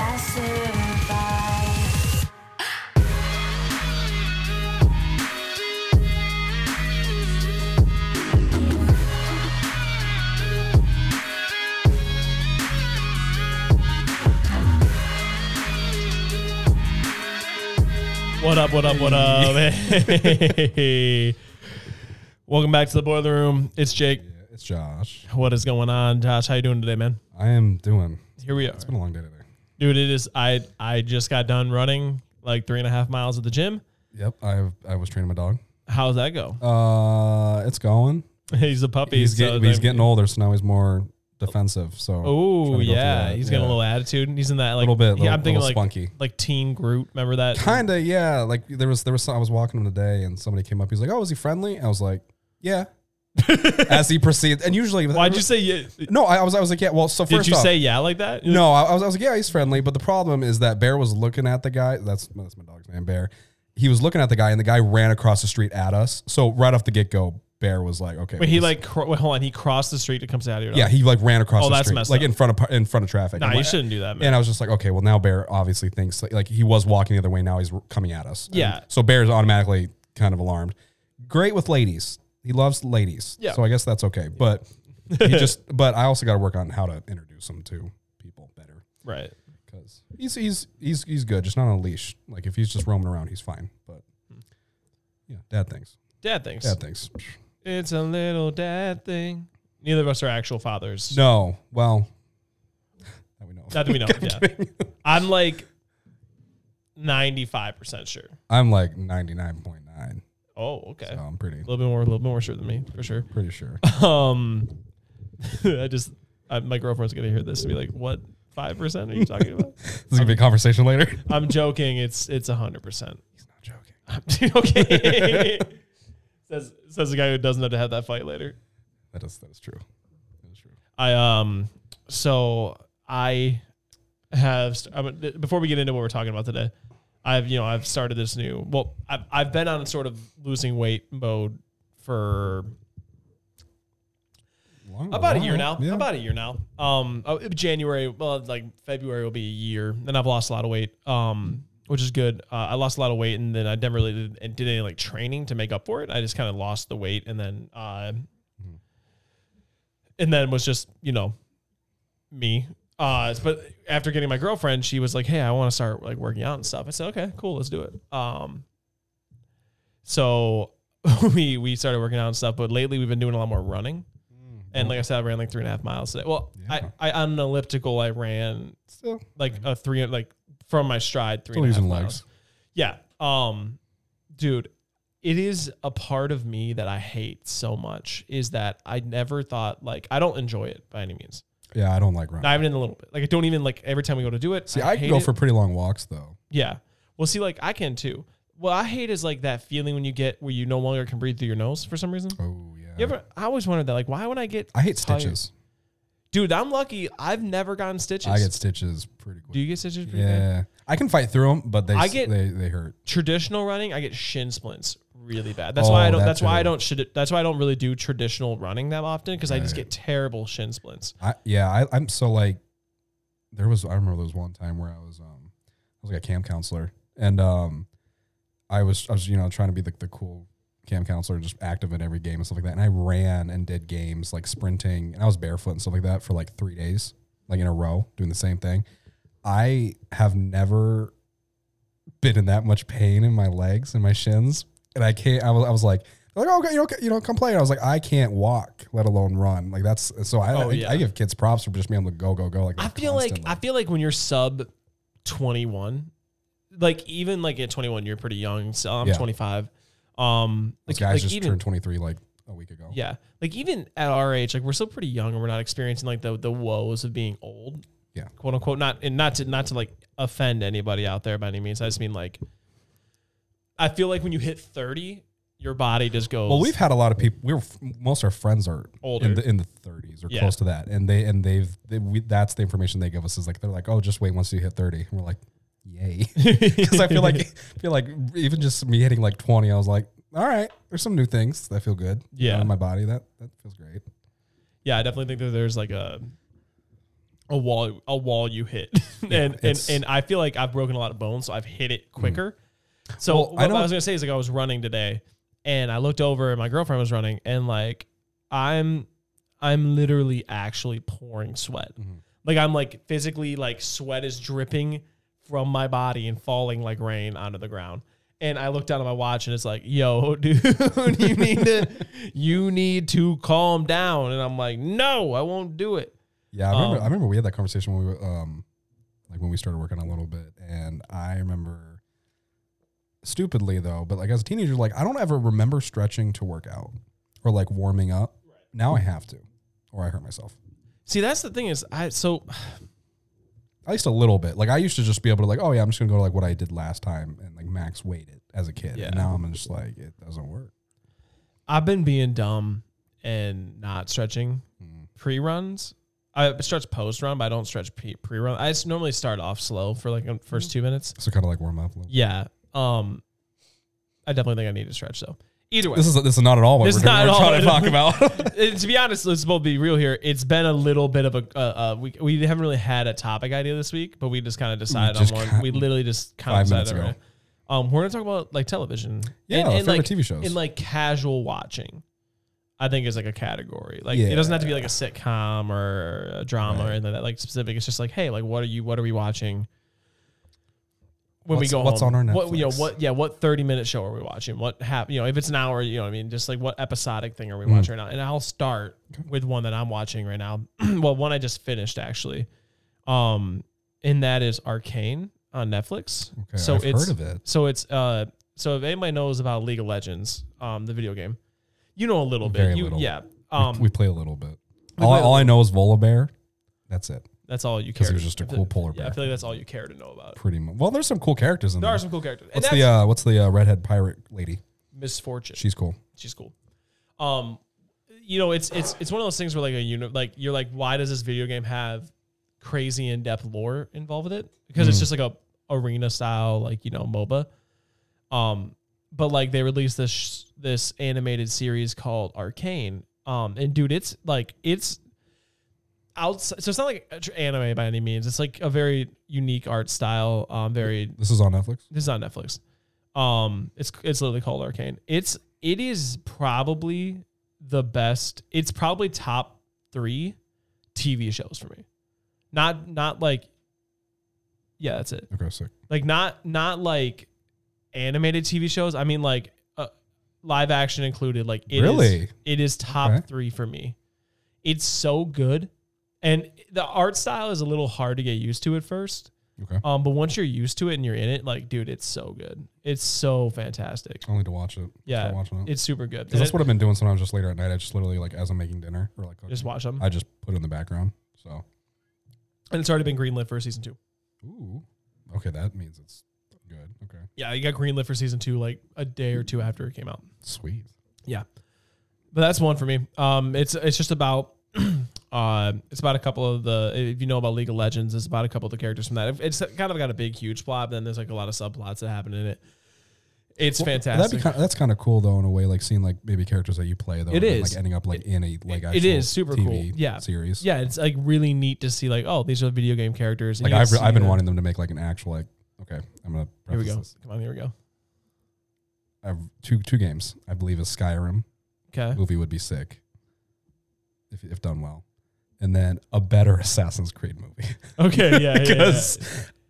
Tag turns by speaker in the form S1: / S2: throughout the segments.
S1: I survive.
S2: What up, what up, what up? Hey. Welcome back to the boiler room. It's Jake.
S3: It's Josh.
S2: What is going on? Josh, how you doing today, man?
S3: I am doing.
S2: Here we are.
S3: It's been a long day today.
S2: Dude, it is I I just got done running like three and a half miles at the gym.
S3: Yep, I have, I was training my dog.
S2: How's that go?
S3: Uh, it's going.
S2: He's a puppy.
S3: He's
S2: so
S3: getting he's
S2: then-
S3: getting older, so now he's more defensive. So trying
S2: Oh
S3: to go through
S2: yeah,
S3: that.
S2: he's got a
S3: Yeah.
S2: little attitude. He's in that like
S3: Little bit,
S2: yeah,
S3: little-
S2: I'm thinking
S3: little
S2: like
S3: spunky.
S2: like Teen Groot. Remember that?
S3: Kinda, yeah. Like there was there was some, I was walking him today, and somebody came up. He's like, "Oh, is he friendly?" I was like, "Yeah." As he proceeds, and usually
S2: Why'd you say yeah?
S3: No, I, I was I was like, "Yeah." Well, so
S2: Did
S3: first
S2: you
S3: off-
S2: say yeah like that?
S3: No, I I was, I was like, yeah, he's friendly, but the problem is that Bear was looking at the guy. That's that's my dog's name, Bear. He was looking at the guy, and the guy ran across the street at us. So right off the get go, Bear was like, okay,
S2: Wait, he
S3: this-
S2: like cro- wait, hold on. He crossed the street to come say hi to your dog.
S3: yeah, he like ran across
S2: Oh,
S3: the
S2: that's
S3: street,
S2: messed
S3: like
S2: up.
S3: in front of in front of traffic.
S2: Nah,
S3: I'm
S2: you
S3: like-
S2: shouldn't do that, man.
S3: And I was just like, okay, well now Bear obviously thinks like, like, he was walking the other way. Now he's r- coming at us. And
S2: Yeah.
S3: so Bear's automatically kind of alarmed. Great with ladies. He loves ladies.
S2: Yeah.
S3: So I guess that's okay. But he just. But I also got to work on how to introduce him to people better
S2: Right.
S3: because he's he's he's he's good, just not on a leash. Like if he's just roaming around, he's fine. But
S2: Hmm.
S3: yeah, dad things,
S2: Dad thinks
S3: dad things.
S2: it's a little dad thing. Neither of us are actual fathers.
S3: No, well, that we know. of.
S2: Not that we know. of, yeah. I'm like 95% sure.
S3: I'm like ninety nine point nine.
S2: Oh, okay.
S3: So I'm pretty
S2: A little bit more, a little bit more sure than me, for sure.
S3: pretty sure.
S2: Um, I just, I, my girlfriend's going to hear this and be like, what 5% are you talking about?
S3: this is gonna be a conversation later.
S2: I'm joking. It's, it's 100%.
S3: He's not joking.
S2: okay. says, says the guy who doesn't have to have that fight later.
S3: That is that is true. That is true.
S2: I um so I have st- I'm, th- before we get into what we're talking about today, I've you know I've started this new well I've I've been on sort of losing weight mode for
S3: Long-
S2: about a
S3: long-
S2: year now
S3: Yeah.
S2: about a year now um oh, January well like February will be a year and I've lost a lot of weight um which is good uh, I lost a lot of weight and then I never really did, and did any like training to make up for it I just kind of lost the weight and then uh and then was just you know me. Uh, but after getting my girlfriend, she was like, "Hey, I want to start like working out and stuff." I said, "Okay, cool, let's do it." Um, so we we started working out and stuff, but lately we've been doing a lot more running. And like I said, I ran like three and a half miles today. Well,
S3: Mm, Yeah.
S2: I, I on an elliptical, I ran
S3: Still,
S2: like a three like from my stride three
S3: still
S2: and a half
S3: using
S2: miles.
S3: legs.
S2: Yeah. Um, dude, it is a part of me that I hate so much is that I never thought like I don't enjoy it by any means.
S3: Yeah, I don't like running.
S2: Not even in a little bit. Like I don't even like every time we go to do it.
S3: See, I,
S2: hate
S3: can go
S2: it.
S3: for pretty long walks though.
S2: yeah. Well, see, like I can too. What I hate is like that feeling when you get where you no longer can breathe through your nose for some reason.
S3: Oh yeah.
S2: You ever? I always wondered that. Like, why would I get?
S3: I hate
S2: tired?
S3: stitches.
S2: dude. I'm lucky. I've never gotten stitches.
S3: I get stitches pretty quick.
S2: Do you get stitches? pretty bad?
S3: Yeah, I can fight through them, but they
S2: I
S3: s-
S2: get-
S3: they, they hurt.
S2: traditional running, I get shin splints really bad. That's why I
S3: Oh,
S2: don't.
S3: that
S2: That's why I
S3: too.
S2: don't. Should that's why I don't really do traditional running that often because I just
S3: Right.
S2: get terrible shin splints.
S3: I, yeah, I, I'm so like, there was I remember there was one time where I was um I was like a camp counselor and um I was I was you know trying to be like the cool camp counselor just active in every game and stuff like that and I ran and did games like sprinting and I was barefoot and stuff like that for like three days like in a row doing the same thing. I have never been in that much pain in my legs and my shins and I can't. I was I was like. Like oh, okay, you know, you know, come play. And I was like, I can't walk, let alone run. Like that's so. I
S2: Oh,
S3: I,
S2: yeah.
S3: I give kids props for just being able to go, go, go. Like
S2: I
S3: that
S2: feel
S3: constantly.
S2: like I feel like when you're sub twenty one, like even like at twenty one, you're pretty young. So I'm
S3: Yeah.
S2: twenty five. Um,
S3: Those
S2: like,
S3: guys
S2: like
S3: just
S2: even
S3: turned 23 like a week ago.
S2: yeah, like even at our age, like we're still pretty young and we're not experiencing like the the woes of being old.
S3: Yeah.
S2: quote unquote. Not and not to not to like offend anybody out there by any means. I just mean like, I feel like when you hit thirty, your body just goes.
S3: Well, we've had a lot of people. We're most of our friends are
S2: Older.
S3: in the in the 30s or
S2: Yeah.
S3: close to that, and they and they've they, we, that's the information they give us is like they're like, oh, just wait once you hit 30. And we're like, yay, because I feel like I feel like even just me hitting like 20, I was like, all right, there's some new things that feel good.
S2: Yeah.
S3: in my body that that feels great.
S2: yeah, I definitely think that there's like a a wall a wall you hit and and
S3: it's-
S2: and I feel like I've broken a lot of bones so I've hit it quicker so
S3: Well, I
S2: what I,
S3: know-
S2: was gonna say is like I was running today and I looked over and my girlfriend was running and like I'm I'm literally actually pouring sweat
S3: Mm-hmm.
S2: like I'm like physically like sweat is dripping from my body and falling like rain onto the ground and I look down at my watch and it's like yo dude you need to you need to calm down and I'm like no I won't do it
S3: Yeah, I remember.
S2: Um,
S3: I remember we had that conversation when we were, um, like when we started working a little bit, and I remember stupidly though, but like as a teenager, like I don't ever remember stretching to work out or like warming up. Now I have to, or I hurt myself.
S2: See, that's the thing is, I so
S3: At least a little bit. Like I used to just be able to like, oh yeah, I'm just gonna go to like what I did last time and like max weight it as a kid.
S2: Yeah.
S3: And now I'm just like it doesn't work.
S2: I've been being dumb and not stretching pre runs. I stretch post run, but I don't stretch pre run. I just normally start off slow for like the first two minutes.
S3: So kind of like warm up. A little.
S2: Yeah. Um, I definitely think I need to stretch though. Either way,
S3: This is this is not at all what
S2: This
S3: we're,
S2: is
S3: doing-
S2: not
S3: we're
S2: at
S3: trying to
S2: all
S3: talk about.
S2: Uh, to be honest, let's both be real here. It's been a little bit of a uh, uh, we we haven't really had a topic idea this week, but we just kind of decided
S3: just
S2: on one.
S3: ca-
S2: we literally just kind of
S3: five
S2: decided.
S3: minutes
S2: Right? Um, we're gonna talk about like television,
S3: Yeah,
S2: and, and,
S3: favorite
S2: like
S3: TV shows.
S2: and like casual watching. I think is like a category. Like it
S3: Yeah.
S2: doesn't have to be like a sitcom or a drama or anything like that like specific. It's just like, hey, like what are you? What are we watching? When we
S3: What's-
S2: go
S3: what's
S2: home,
S3: on our
S2: What, you know,
S3: Netflix?
S2: what yeah, what 30 minute show are we watching? What hap- you know, if it's an hour, you know what I mean? Just like what episodic thing are
S3: Mm.
S2: we watching right now? And I'll start with one that I'm watching right now. well, one I just finished actually. Um, and that is Arcane on Netflix.
S3: Okay, I've
S2: it's
S3: heard of it.
S2: so it's uh so if anybody knows about League of Legends, um, the video game, you know a little bit.
S3: Very
S2: you
S3: little.
S2: yeah.
S3: We-
S2: Um
S3: we, play a little bit.
S2: we
S3: All,
S2: play a
S3: all I know is Volibear. That's it.
S2: that's all you care.
S3: 'Cause it was just a
S2: I feel-
S3: cool polar
S2: Yeah, I
S3: bear.
S2: feel like that's all you care to know about.
S3: Pretty much. Well, there's some cool characters in
S2: There
S3: there.
S2: are some cool characters.
S3: what's
S2: and
S3: the
S2: that's
S3: uh, what's the uh, redhead pirate lady?
S2: misfortune.
S3: She's cool.
S2: she's cool. Um, you know, it's it's it's one of those things where like a unit, like you're like, why does this video game have crazy in depth lore involved with it? Because it's just like a arena style, like you know, MOBA. Um, but like they released this this animated series called Arcane. Um, and dude, it's like it's outside. So it's not like a tr- anime by any means. It's like a very unique art style. Um, very
S3: This is on Netflix.
S2: this is on Netflix. Um, it's it's literally called Arcane. It's it is probably the best. It's probably top three TV shows for me. Not not like yeah, that's it.
S3: Okay, sick.
S2: Like not not like animated TV shows. I mean like uh, live action included. Like it is-
S3: Really?
S2: it is top
S3: Okay.
S2: three for me. It's so good, and the art style is a little hard to get used to at first.
S3: Okay,
S2: Um, but once you're used to it and you're in it, like, dude, it's so good. It's so fantastic.
S3: I'll need to watch it.
S2: Yeah,
S3: Start watching it.
S2: it's super good.
S3: 'Cause that's what I've been doing sometimes, just later at night. I just literally like as I'm making dinner or like cooking,
S2: just watch them,
S3: I just put it in the background. So,
S2: and it's already been greenlit for season two.
S3: ooh, okay, that means it's good. Okay,
S2: Yeah, you got greenlit for season two like a day or two after it came out.
S3: sweet.
S2: Yeah, but that's one for me. Um, it's it's just about, uh, it's about a couple of the if you know about League of Legends, it's about a couple of the characters from that. It's kind of got a big huge plot, but then there's like a lot of subplots that happen in it. It's
S3: Well, That'd
S2: fantastic.
S3: be kind that's kind of cool though in a way, like seeing like maybe characters that you play though.
S2: It
S3: and then,
S2: is.
S3: like ending up like in a like
S2: it
S3: actual
S2: is super
S3: TV
S2: cool. Yeah.
S3: series.
S2: yeah, it's like really neat to see like oh these are the video game characters. and
S3: like
S2: you can
S3: I've,
S2: see uh,
S3: I've been
S2: the-
S3: wanting them to make like an actual like. Okay, I'm gonna.
S2: Here we
S3: preface
S2: go.
S3: this.
S2: Come on, here we go.
S3: I have two two games. I believe is Skyrim
S2: Okay.
S3: movie would be sick if if done well, and then a better Assassin's Creed movie
S2: Okay. Yeah.
S3: because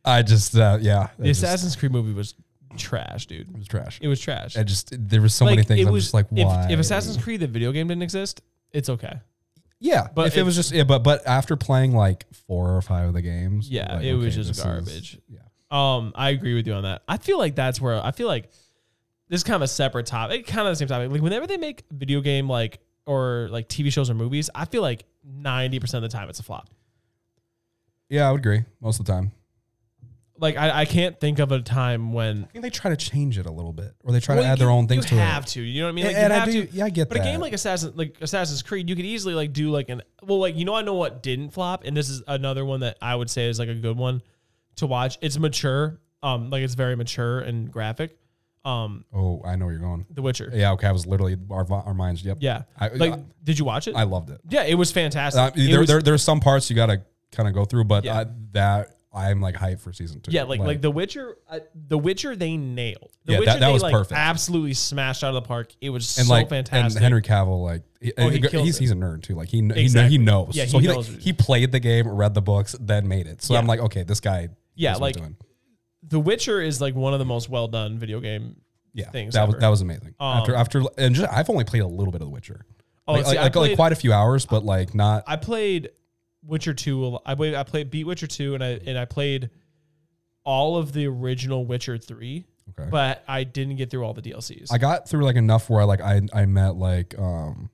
S3: I just uh, yeah
S2: the Assassin's Creed movie was trash, dude.
S3: Creed was trash.
S2: It was trash.
S3: I just there was so many
S2: Like,
S3: things.
S2: it
S3: I'm
S2: was-
S3: just like
S2: if,
S3: why
S2: if Assassin's Creed the video game didn't exist, it's okay.
S3: yeah,
S2: but
S3: but if it was just yeah, but but after playing like four or five of the games,
S2: Yeah,
S3: like,
S2: it was
S3: okay,
S2: just
S3: this is-
S2: garbage.
S3: yeah,
S2: Um, I agree with you on that. I feel like that's where I feel like this is kind of a separate topic, kind of the same topic. Like whenever they make video game like or like TV shows or movies, I feel like ninety percent of the time it's a flop.
S3: yeah, I would agree most of the time.
S2: Like I, I can't think of a time when
S3: I think they try to change it a little bit, or they try to
S2: Well,
S3: add their
S2: you-
S3: own things
S2: you
S3: to
S2: have
S3: it.
S2: to. You know what I mean?
S3: And-
S2: you
S3: and I
S2: have
S3: do- yeah, I get
S2: But a game
S3: that.
S2: like Assassin, like Assassin's Creed, you could easily like do like an well, like you know, I know what didn't flop, and this is another one that I would say is like a good one to watch. It's mature, um, like it's very mature and graphic. Um,
S3: Oh, I know where you're going.
S2: The Witcher,
S3: Yeah, okay. I was literally our, our minds. Yep.
S2: yeah.
S3: I,
S2: like,
S3: I,
S2: did you watch it?
S3: I loved it.
S2: yeah, it was fantastic.
S3: Uh,
S2: It
S3: there,
S2: was-
S3: there, there's some parts you gotta kind of go through, but
S2: Yeah.
S3: I, that I'm like hyped for season two.
S2: Yeah, like like, The Witcher, uh, The Witcher they nailed. The
S3: Yeah, that-
S2: Witcher
S3: that
S2: they
S3: was
S2: like
S3: perfect.
S2: absolutely smashed out of the park. It was
S3: and
S2: so
S3: like
S2: fantastic.
S3: and Henry Cavill like he-
S2: Oh, he
S3: he-
S2: kills
S3: he's
S2: it.
S3: he's a nerd too. Like he kn-
S2: Exactly.
S3: he, kn- he knows.
S2: Yeah,
S3: so
S2: he
S3: he like,
S2: knows.
S3: he played the game, read the books, then made it. So
S2: Yeah.
S3: I'm like, okay, this guy.
S2: Yeah,
S3: knows what he's
S2: like,
S3: doing.
S2: The Witcher is like one of the most well done video game.
S3: yeah,
S2: things
S3: that was
S2: ever.
S3: that was amazing.
S2: Um,
S3: after after and just, I've only played a little bit of The Witcher.
S2: Oh,
S3: like,
S2: see,
S3: like,
S2: I
S3: like- like
S2: played-
S3: quite a few hours, but like not.
S2: I played Witcher two. a lo- I played I played beat Witcher two, and I and I played all of the original Witcher three,
S3: okay.
S2: but I didn't get through all the DLCs.
S3: I got through like enough where I like I I met like um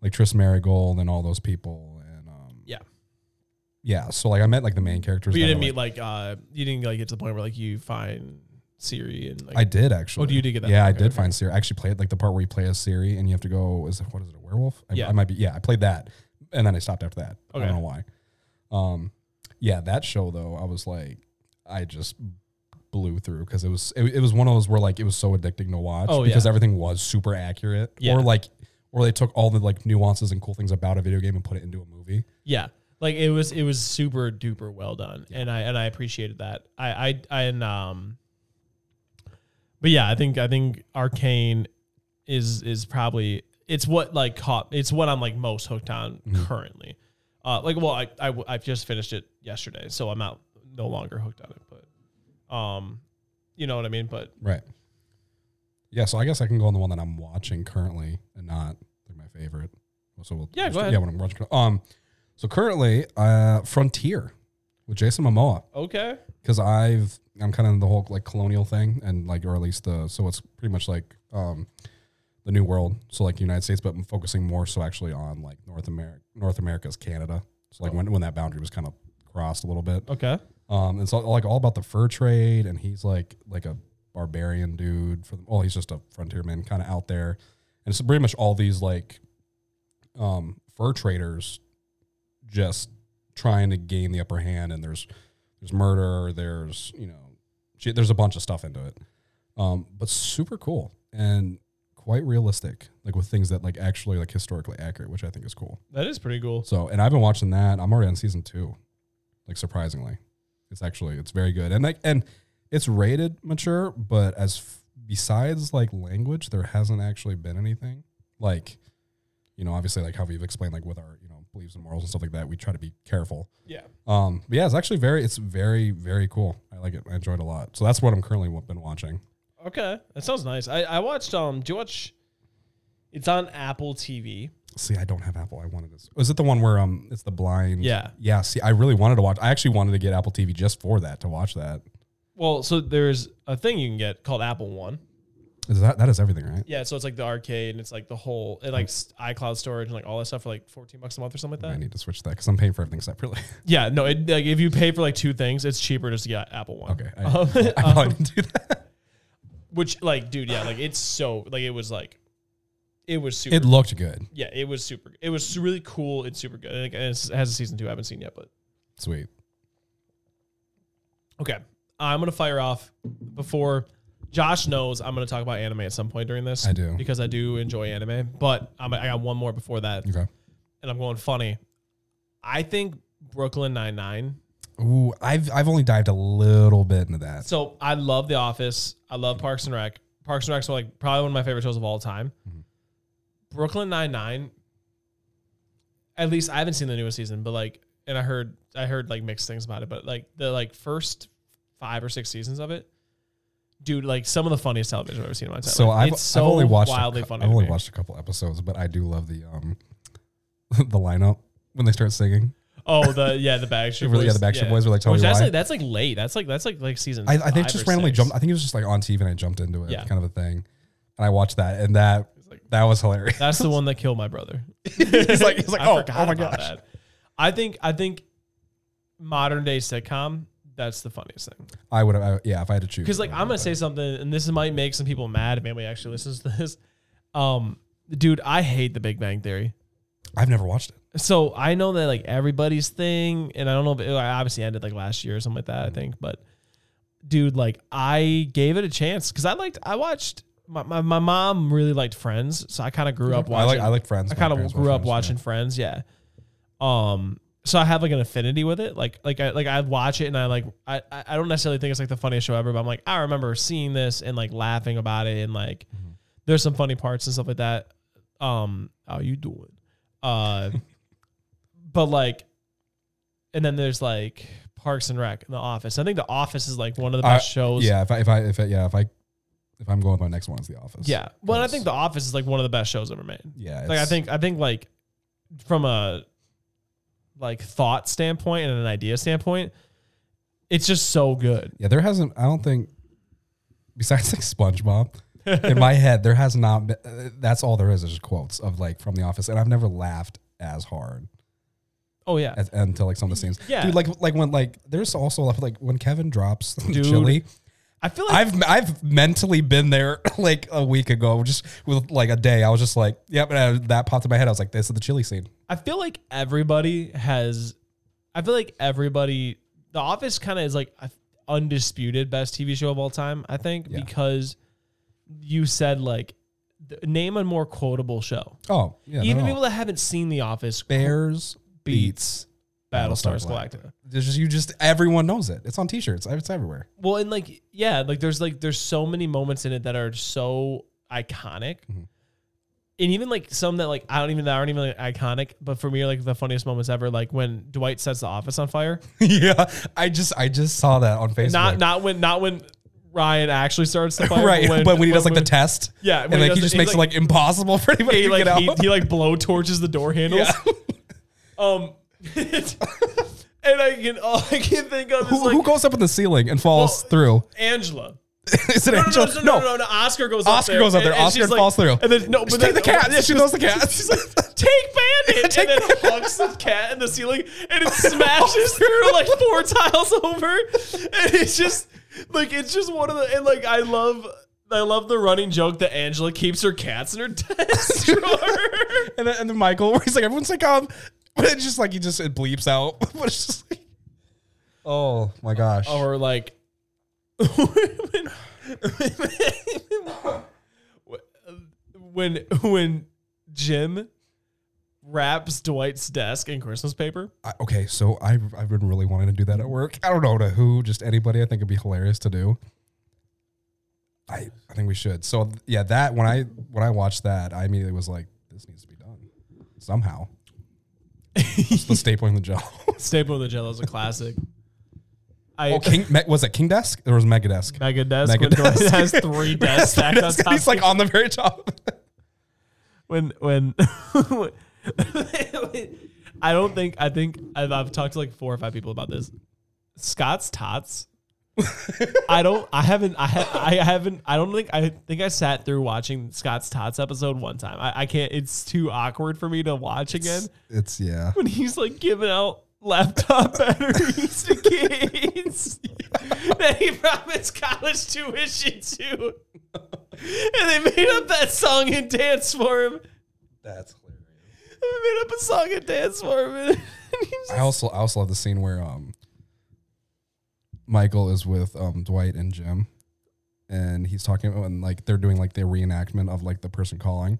S3: like Tris Marigold and all those people and um
S2: yeah,
S3: yeah so like I met like the main characters.
S2: but you
S3: that I,
S2: didn't meet like uh you didn't like get to the point where like you find Siri and like
S3: I did actually.
S2: Oh, you did get that
S3: Yeah,
S2: one.
S3: I
S2: Okay,
S3: did
S2: okay.
S3: find Siri. I actually played like the part where you play as Siri and you have to go. Is it what is it a werewolf? I,
S2: Yeah.
S3: I might be. Yeah, I played that, and then I stopped after that. I
S2: Okay.
S3: don't know why. Um, yeah, that show though, I was like, I just blew through because it was it, it was one of those where like it was so addicting to watch
S2: Oh,
S3: because
S2: yeah.
S3: everything was super accurate
S2: Yeah.
S3: or like or they took all the like nuances and cool things about a video game and put it into a movie.
S2: Yeah. Like it was it was super duper well done. And I and I appreciated that. I I I and um but yeah, I think I think Arcane is is probably it's what like caught it's what I'm like most hooked on currently. Uh like well I, I w- I just finished it yesterday, so I'm not no longer hooked on it, but um you know what I mean, but
S3: Right. Yeah, so I guess I can go on the one that I'm watching currently and not like my favorite. So we'll
S2: Yeah, go ahead.
S3: yeah, when I'm watching. Um, so currently, uh, Frontier with Jason Momoa
S2: okay.
S3: because I've I'm kind of in the whole like colonial thing and like or at least the so it's pretty much like um the new world so like United States but I'm focusing more so actually on like North America North America's Canada so
S2: Oh.
S3: like when when that boundary was kind of crossed a little bit
S2: Okay.
S3: um, it's all, like all about the fur trade, and he's like like a barbarian dude for the, well, he's just a frontierman kind of out there, and so pretty much all these like um, fur traders just trying to gain the upper hand, and there's there's murder, there's you know, shit, there's a bunch of stuff into it, um, but super cool and quite realistic, like with things that like actually like historically accurate, which I think is cool.
S2: That is pretty cool.
S3: So, and I've been watching that. I'm already on season two, like surprisingly. It's actually it's very good, and like and it's rated mature, but as f- besides like language, there hasn't actually been anything like, you know, obviously like how we've explained like with our you know beliefs and morals and stuff like that, we try to be careful.
S2: Yeah.
S3: Um, but yeah, it's actually very it's very very cool. I like it. I enjoyed it a lot. So that's what I'm currently wa- been watching.
S2: Okay. That sounds nice. I I watched um do you watch it's on Apple TV.
S3: See, I don't have Apple. I wanted this. Was it the one where um it's the blind?
S2: Yeah.
S3: Yeah. See, I really wanted to watch. I actually wanted to get Apple TV just for that to watch that.
S2: Well, so there's a thing you can get called Apple One.
S3: Is that that is everything, right?
S2: Yeah, so it's like the arcade and it's like the whole and like s- iCloud storage and like all that stuff for like 14 bucks a month or something
S3: I
S2: like that.
S3: need to switch that because I'm paying for everything separately.
S2: Yeah, no, it, like if you pay for like two things, it's cheaper just to get Apple One.
S3: okay, I,
S2: Um,
S3: I probably didn't do that.
S2: which like dude, yeah, like it's so like it was like it was super
S3: It looked good.
S2: yeah, it was super it was really cool, it's super good. And it's- it has a season 2 I haven't seen yet, but
S3: Sweet.
S2: Okay. I'm going to fire off before Josh knows I'm going to talk about anime at some point during this.
S3: I do.
S2: Because I do enjoy anime, but I'm, I got one more before that,
S3: Okay.
S2: and I'm going funny. I think Brooklyn Nine-Nine.
S3: Ooh, I've I've only dived a little bit into that.
S2: So I love The Office. I love Parks and Rec. Parks and Rec's like probably one of my favorite shows of all time.
S3: Mm-hmm.
S2: Brooklyn Nine-Nine, at least I haven't seen the newest season, but like, and I heard, I heard like mixed things about it, but like the like first five or six seasons of it, dude, like some of the funniest television I've ever seen in my entire
S3: So
S2: life.
S3: I've,
S2: it's so
S3: I've only watched a
S2: wildly
S3: cou-
S2: funny.
S3: I've
S2: to
S3: only
S2: me.
S3: watched a couple episodes, but I do love the um the lineup when they start singing.
S2: Oh, the, yeah, the Backstreet Boys.
S3: Really, yeah, the Backstreet Boys were like, tell
S2: Which
S3: me
S2: that's
S3: why.
S2: like, that's like late. That's like, that's like, like season.
S3: I, I
S2: five
S3: think just
S2: or
S3: randomly
S2: six.
S3: jumped. I think it was just like on TV and I jumped into it,
S2: Yeah.
S3: kind of a thing. And I watched that, and that
S2: like-
S3: that was hilarious.
S2: That's the one that killed my brother.
S3: he's like, he's like,
S2: I
S3: oh,
S2: forgot
S3: oh my
S2: about
S3: gosh.
S2: that. I think I think modern day sitcom. That's the funniest thing.
S3: I would have, yeah, if I had to choose.
S2: Because like
S3: I
S2: I'm gonna
S3: would've
S2: say something, and this might make some people mad. If anybody actually listens to this, um, dude, I hate The Big Bang Theory.
S3: done that. I've never watched it.
S2: So I know that like everybody's thing, and I don't know if it like, obviously ended like last year or something like that. I think, but dude, like I gave it a chance because I liked. I watched my, my, my mom really liked Friends, so I kind of grew up watching.
S3: I like I like Friends.
S2: I
S3: My
S2: kind of
S3: parents
S2: grew
S3: watch
S2: up
S3: Friends, yeah.
S2: watching Friends, yeah. Um, so I have like an affinity with it. Like like I like I watch it and I like I I I don't necessarily think it's like the funniest show ever, but I'm like I remember seeing this and like laughing about it and like
S3: Mm-hmm.
S2: there's some funny parts and stuff like that. Um, how you doing? Uh, but like, and then there's like Parks and Rec and The Office. I think The Office is like one of the
S3: I-
S2: best shows.
S3: Yeah, if I if I if I, yeah if I if I'm going with my next one, it's The Office.
S2: yeah. Well, and I
S3: 'Cause-
S2: think The Office is like one of the best shows ever made.
S3: yeah.
S2: like I
S3: it's-
S2: think I think like from a like thought standpoint and an idea standpoint, it's just so good.
S3: yeah, there hasn't. I don't think besides like SpongeBob. in my head, there has not. Been, uh, that's all there is. Is just quotes of like from The Office, and I've never laughed as hard
S2: Oh yeah,
S3: as, until like some of the scenes.
S2: Yeah.
S3: dude. Like like when like there's also like when Kevin drops
S2: Dude.
S3: chili.
S2: I feel like
S3: I've I've mentally been there like a week ago, just with like a day. I was just like, yep, and I- that popped in my head. I was like, this is the chili scene.
S2: I feel like everybody has. I feel like everybody. The Office kind of is like a undisputed best TV show of all time. I think
S3: Yeah.
S2: because you said like th- name a more quotable show.
S3: Oh, yeah.
S2: Even
S3: no, no.
S2: people that haven't seen The Office,
S3: Bears
S2: beats Battlestar Galactica.
S3: There's just you just everyone knows it. It's on T-shirts. It's everywhere.
S2: Well, and like yeah, like there's like there's so many moments in it that are so iconic.
S3: Mhm.
S2: And even like some that like I don't even that aren't even like, iconic, but for me are like the funniest moments ever. Like when Dwight sets the office on fire.
S3: yeah, I just I just saw that on Facebook.
S2: Not not when not when Ryan actually starts the fire.
S3: right, but when he does like the test,
S2: Yeah,
S3: and
S2: when he
S3: like he
S2: does-
S3: just
S2: he's
S3: makes it
S2: like-
S3: like impossible for anybody
S2: he
S3: to
S2: like
S3: get out.
S2: he, he like blow torches the door handles.
S3: Yeah.
S2: Um, and I can all I can think of is
S3: who,
S2: like
S3: who goes up in the ceiling and falls
S2: Well,
S3: through?
S2: Angela.
S3: Is it
S2: No, no,
S3: Angela?
S2: no, no, no, no, no. Oscar goes. up
S3: Oscar
S2: there,
S3: goes up there.
S2: and- and
S3: Oscar
S2: she's like-
S3: falls through.
S2: And then no, but
S3: Just
S2: then
S3: take the cat. Yeah, she knows the cat.
S2: She's like, take bandit,
S3: Take
S2: and then hugs the cat in the ceiling, and it smashes through like four tiles over, and it's just like it's just one of the and like I love. I love the running joke that Angela keeps her cats in her desk drawer.
S3: and then, and then Michael, where he's like, everyone's like, um, but it's just like he just it bleeps out. but it's just like, oh my gosh.
S2: or like when, when when Jim wraps Dwight's desk in Christmas paper.
S3: I, okay, so I I've been really wanting to do that at work. I don't know to who, just anybody. I think it'd be hilarious to do. I I think we should. So yeah, that when I when I watched that, I immediately was like, this needs to be done somehow. Just the stapling the gel.
S2: Staple of the Jello is a classic. I
S3: oh, King Me- was it King Desk or was it Mega Desk?
S2: mega desk
S3: Mega
S2: when Dwight
S3: desk.
S2: has three desks stacked on
S3: Desk, and
S2: top.
S3: he's like "Oh." on the very top.
S2: when when I don't think I think I've, I've talked to like four or five people about this. Scott's tots. I don't. I haven't. I ha, I haven't. I don't think. I think I sat through watching Scott's tots episode one time. I, I can't. It's too awkward for me to watch again
S3: it's yeah.
S2: when he's like giving out laptop batteries to kids that he promised college tuition to, and they made up that song and dance for him.
S3: That's hilarious.
S2: I made up a song and dance for him. And he's
S3: I also I also love the scene where um Michael is with um Dwight and Jim and he's talking and like they're doing like the reenactment of like the person calling.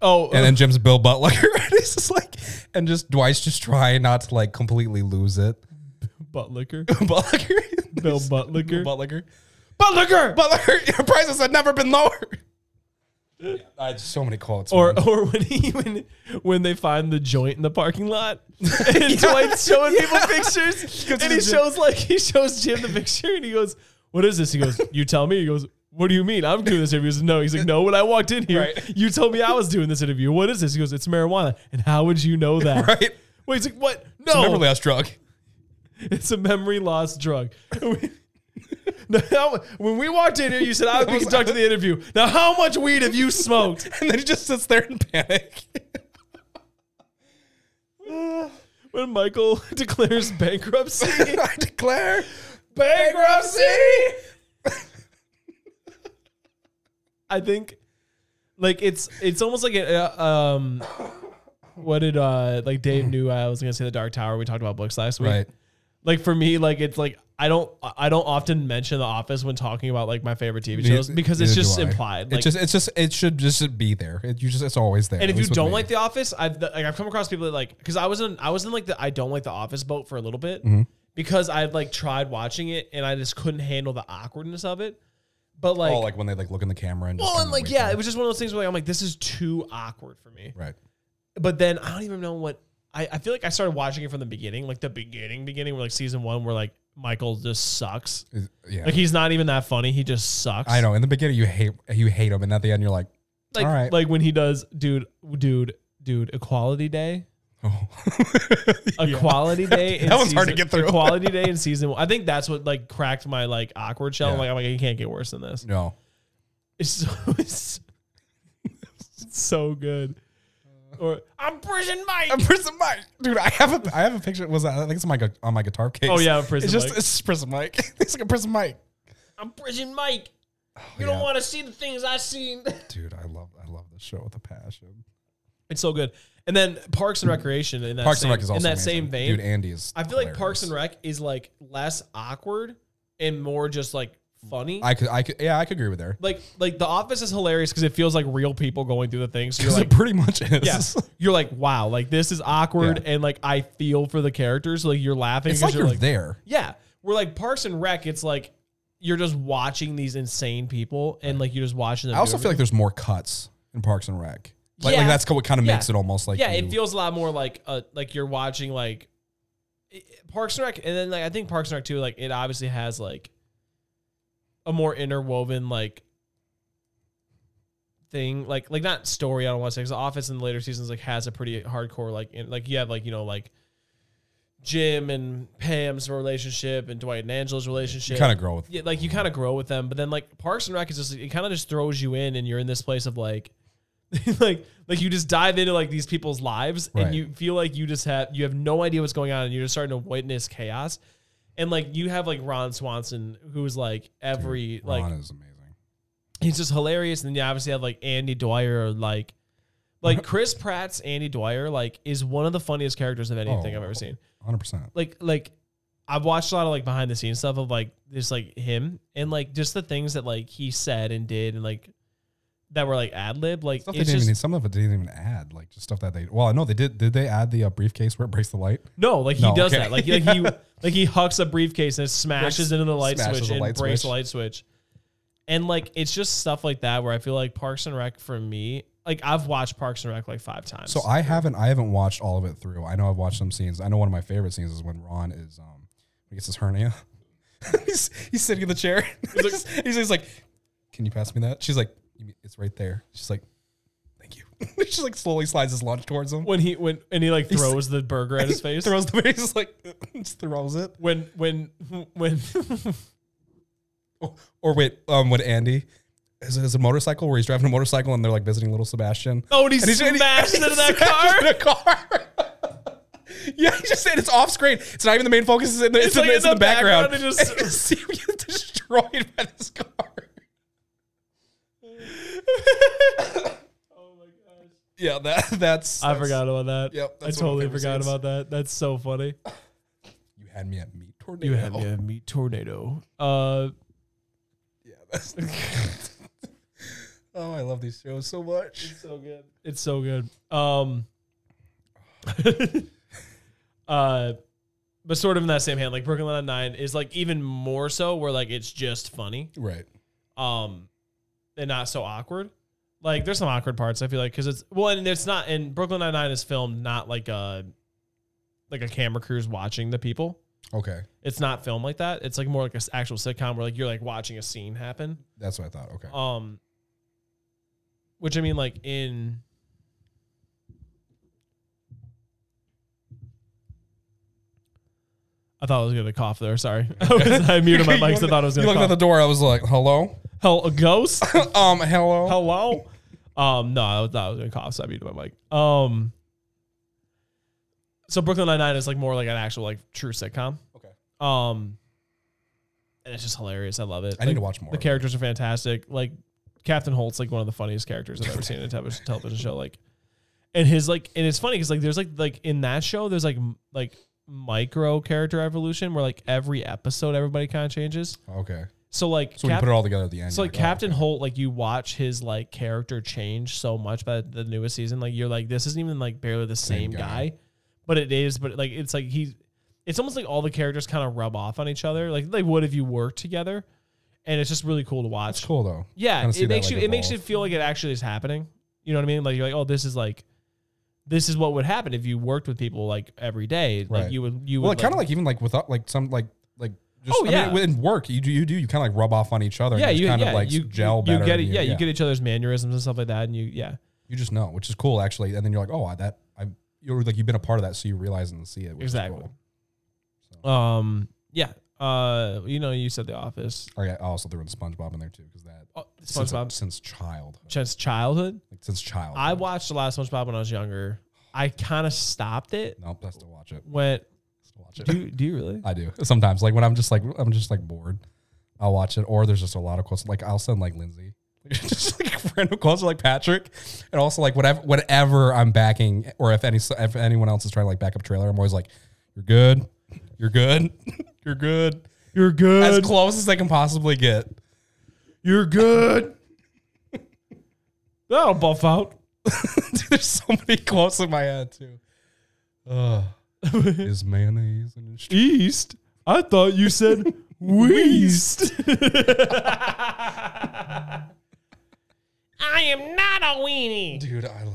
S2: oh,
S3: And then Jim's Bill Butler and he's just like and just Dwight's just trying not to like completely lose it.
S2: butt liquor.
S3: Butler.
S2: Bill Buttlicker.
S3: Butler.
S2: Buttlicker.
S3: Butler, your prices have never been lower. I just so many quotes.
S2: Or
S3: man.
S2: or when he when when they find the joint in the parking lot, and Dwight's showing people pictures,
S3: goes to
S2: and
S3: the
S2: he
S3: gym.
S2: shows like he shows Jim the picture, and he goes, "What is this?" He goes, "You tell me." He goes. What do you mean? I'm doing this interview. He goes, no. He's like, no. When I walked in here,
S3: Right.
S2: you told me I was doing this interview. What is this? He goes, it's marijuana. And how would you know that?
S3: right.
S2: Wait, he's like, what?
S3: It's a
S2: No,
S3: memory loss drug.
S2: It's a memory loss drug. We- now, when we walked in here, you said I would be conducting the interview. Now, how much weed have you smoked?
S3: And then he just sits there in panic.
S2: When Michael declares bankruptcy,
S3: I declare.
S2: bankruptcy. I think, like it's it's almost like it. Uh, um, what did uh like Dave knew I was gonna say the Dark Tower. We talked about books last week.
S3: Right.
S2: Like for me, like it's like I don't I don't often mention The Office when talking about like my favorite TV shows because it's
S3: Neither do
S2: just
S3: I.
S2: implied.
S3: It
S2: Like,
S3: just it's just it should just be there. It, you just it's always there.
S2: and
S3: at
S2: if you
S3: least with
S2: don't
S3: me.
S2: like The Office, I've like I've come across people that like because I was in I was in like the I don't like The Office boat for a little bit
S3: Mm-hmm.
S2: because I like tried watching it and I just couldn't handle the awkwardness of it. But like,
S3: oh, like when they like look in the camera and just
S2: well, and
S3: kinda
S2: like
S3: wait
S2: yeah,
S3: for
S2: it was just one of those things where like, I'm like this is too awkward for me.
S3: right.
S2: But then I don't even know what I I feel like I started watching it from the beginning, like the beginning beginning where like season one where like Michael just sucks.
S3: Is- Yeah,
S2: Like he's not even that funny. He just sucks.
S3: I know. In the beginning, you hate you hate them, and at the end, you're like,
S2: Like
S3: all right,
S2: like when he does, dude, dude, dude, Equality Day.
S3: oh.
S2: Equality Day. in
S3: That one's hard to
S2: season-
S3: get through.
S2: Equality Day in season one. I think that's what like cracked my like awkward shell. I'm
S3: Yeah.
S2: like I'm like it can't get worse than this.
S3: no,
S2: It's so, it's, it's so good. Or I'm prison Mike.
S3: I'm prison Mike, dude. I have a I have a picture. Was that, I think it's on my gu- on my guitar case.
S2: oh yeah, I'm prison
S3: it's just
S2: Mike.
S3: it's just prison Mike. it's like a prison Mike.
S2: I'm prison Mike. You
S3: Oh, yeah.
S2: don't want to see the things I've seen.
S3: Dude, I love I love this show with a passion.
S2: It's so good. And then Parks and Recreation in that
S3: Parks
S2: same,
S3: and Rec is also
S2: in that
S3: amazing.
S2: same vein.
S3: Dude, Andy is.
S2: I feel like Parks and Rec is like less awkward and more just like funny.
S3: I could I could yeah I could agree with there.
S2: like like The Office is hilarious because it feels like real people going through the things. you're
S3: Because
S2: like,
S3: it pretty much is.
S2: yes, you're like, wow, like this is awkward,
S3: Yeah.
S2: and like I feel for the characters. Like you're laughing.
S3: It's
S2: 'cause
S3: like you're there.
S2: Yeah, we're like Parks and Rec. It's like you're just watching these insane people, and like you're just watching them.
S3: I also
S2: do
S3: feel like there's more cuts in Parks and Rec. Like,
S2: Yeah.
S3: like that's what kind of
S2: Yeah.
S3: makes it almost like
S2: yeah,
S3: you-
S2: it feels a lot more like uh like you're watching like i- Parks and Rec, and then like I think Parks and Rec too. Like it obviously has like a more interwoven like thing, like like not story. I don't want to say because The Office in the later seasons like has a pretty hardcore like in, like you have like you know like Jim and Pam's relationship and Dwight and Angela's relationship.
S3: you kind of grow with.
S2: yeah, like you kind of grow with them, but then like Parks and Rec is just it kind of just throws you in, and you're in this place of like, like like you just dive into like these people's lives,
S3: Right.
S2: and you feel like you just have you have no idea what's going on, and you're just starting to witness chaos, and like you have like Ron Swanson who's like every like
S3: Ron is amazing.
S2: he's just hilarious, and then you obviously have like Andy Dwyer or like. Like Chris Pratt's Andy Dwyer, like, is one of the funniest characters of anything
S3: Oh.
S2: I've ever seen
S3: 100. percent
S2: like like I've watched a lot of like behind the scenes stuff of like just like him and like just the things that like he said and did and like that were like ad lib like
S3: Stuff they
S2: it's
S3: didn't
S2: just
S3: even need, some of it didn't even add like just stuff that they well no they did did they add the uh, briefcase where it breaks the light
S2: no like he
S3: No,
S2: does
S3: okay.
S2: that like, like he like he hucks a briefcase and smashes
S3: Breaks-
S2: into the light
S3: smashes
S2: switch
S3: the
S2: and
S3: light
S2: breaks
S3: switch.
S2: the light switch and like it's just stuff like that where I feel like Parks and Rec for me like I've watched Parks and Rec like five times
S3: so I haven't I haven't watched all of it through I know I've watched some scenes I know one of my favorite scenes is when Ron is um he gets his hernia he's, he's sitting in the chair he's, just- he's, just like can you pass me that she's like "You mean- it's right there she's like thank you she like slowly slides his lunch towards him
S2: when he when and he like throws the burger at his face
S3: throws the face just like just throws it
S2: when when when
S3: or wait um when Andy is it is a motorcycle where he's driving a motorcycle and they're like visiting little Sebastian
S2: oh and he
S3: And he's- and he-
S2: smashes
S3: and he
S2: into that
S3: smashes
S2: car
S3: into the car. yeah, he just said it's off screen. It's not even the main focus. It's in the, it's in
S2: like
S3: the, it's in the
S2: and
S3: background. And
S2: just-
S3: you see him get destroyed by this car. Yeah, that that's.
S2: I
S3: that's-
S2: forgot about that.
S3: Yep,
S2: I
S3: that's one of my
S2: totally
S3: favorite
S2: forgot
S3: scenes.
S2: about that. That's so funny.
S3: You had me at meat tornado.
S2: a meat tornado. Uh,
S3: Yeah, that's. oh, I love these shows so much.
S2: so good. It's so good. Um, uh, but sort of in that same hand, like Brooklyn Nine Nine is like even more so, where like it's just funny,
S3: Right.
S2: um, and not so awkward. Like there's some awkward parts I feel like because it's well, and it's not. And Brooklyn Nine Nine is filmed not like a like a camera crew's watching the people.
S3: Okay,
S2: it's not filmed like that. It's like more like an actual sitcom where like you're like watching a scene happen.
S3: that's what I thought. Okay.
S2: Um, which I mean, like in I thought I was gonna cough there. Sorry, I, was, I muted my
S3: You
S2: mic. so I
S3: looked-
S2: thought I was
S3: You
S2: gonna
S3: looked
S2: cough.
S3: at the door. I was like, "Hello,
S2: Hell, a ghost.
S3: um, hello."
S2: Hello. Um, no, I was, I was gonna cough, so I muted my mic. Um, so Brooklyn Nine Nine is like more like an actual like true sitcom.
S3: Okay.
S2: Um, and it's just hilarious. I love it.
S3: I need to watch more.
S2: The characters are fantastic. Like Captain Holt's like one of the funniest characters I've ever seen in a televis- television show. Like, and his like, and it's funny because like there's like like in that show there's like m- like micro character evolution where like every episode everybody kind of changes.
S3: Okay.
S2: So like
S3: So when you
S2: Cap-
S3: put it all together at the end.
S2: so
S3: you're
S2: like Captain Holt, like you watch his like character change so much by the newest season. Like you're like, this isn't even like barely the same,
S3: Same
S2: guy.
S3: guy.
S2: but it is. But like it's like he's, it's almost like all the characters kind of rub off on each other. Like they would if you worked together, and it's just really cool to watch.
S3: It's cool though.
S2: Yeah,
S3: Kinda see
S2: it
S3: that,
S2: makes
S3: like,
S2: you it makes you
S3: evolve.
S2: feel like it actually is happening. You know what I mean? Like you're like, oh, this is like, this is what would happen if you worked with people like every day. Like
S3: Right.
S2: you would you
S3: Well,
S2: would
S3: like, kind of like even like without like some like like just
S2: Oh,
S3: I
S2: yeah.
S3: mean, within work you do you do you kind of like rub off on each other.
S2: yeah,
S3: and
S2: you
S3: kind
S2: yeah,
S3: of like
S2: you
S3: gel
S2: you
S3: better.
S2: get
S3: and
S2: it yeah you get each other's mannerisms and stuff like that, and you yeah.
S3: you just know, which is cool actually. And then you're like, oh, I, that I you're like you've been a part of that, so you realize and see it. Which
S2: Exactly.
S3: Is cool.
S2: Um, yeah. Uh, you know, you said The Office,
S3: Oh, yeah, I also threw in SpongeBob in there too because that
S2: oh,
S3: since- Oh,
S2: SpongeBob,
S3: since childhood,
S2: since childhood.
S3: like since childhood.
S2: I watched a lot of SpongeBob when I was younger. I kind of stopped it.
S3: nope, I still watch it.
S2: Went,
S3: Still watch it.
S2: do you, do you really?
S3: I do sometimes. Like when I'm just like I'm just like bored, I'll watch it. Or there's just a lot of quotes. Like I'll send like Lindsay, just like random quotes or like Patrick, and also like whatever whatever I'm backing or if any if anyone else is trying to like back up trailer, I'm always like, you're good, you're good, you're good,
S2: You're
S3: as
S2: good.
S3: close as they can possibly get.
S2: You're good. That'll buff out.
S3: Dude, there's so many quotes in my head too. Ugh. is mayonnaise an instrument?
S2: East. I thought you said weast. I am not a weenie.
S3: Dude, I love.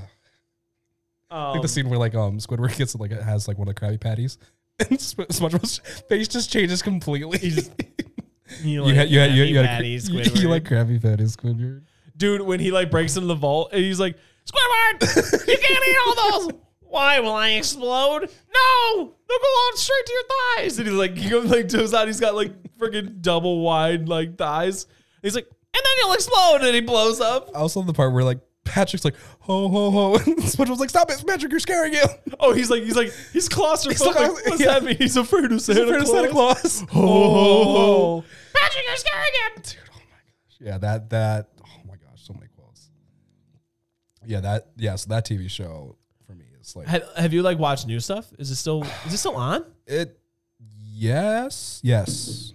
S2: Um,
S3: Like the scene where like um Squidward gets like it has like one of the Krabby Patties, and Sp- SpongeBob's face just changes completely.
S2: you
S3: you
S2: like
S3: had you had you,
S2: Krabby
S3: you had a-
S2: Patty,
S3: you-
S2: Squidward.
S3: you like Krabby Patties Squidward.
S2: dude, when he like breaks into the vault and he's like, Squidward, you can't eat all those. Why will I explode? No, they'll go on straight to your thighs. And he's like, he goes like goes out. He's got like freaking double wide like thighs. He's like, and then you'll explode, and he blows up.
S3: I also love the part where like Patrick's like ho ho ho, and SpongeBob's like stop it, Patrick, you're scaring him.
S2: Oh, he's like, he's like, he's claustrophobic.
S3: like-
S2: What does
S3: yeah.
S2: that mean? He's afraid of Santa,
S3: Santa, Claus.
S2: Claus.
S3: Santa Claus.
S2: Oh, oh,
S3: Ho, ho, ho.
S2: oh. Patrick, you're scaring him.
S3: Dude, oh my gosh. Yeah, that that. Oh my gosh, so many quotes. Yeah, that yeah. So that TV show for me is like
S2: Have, have you like watched new stuff? Is it still is it still on?
S3: It yes, yes.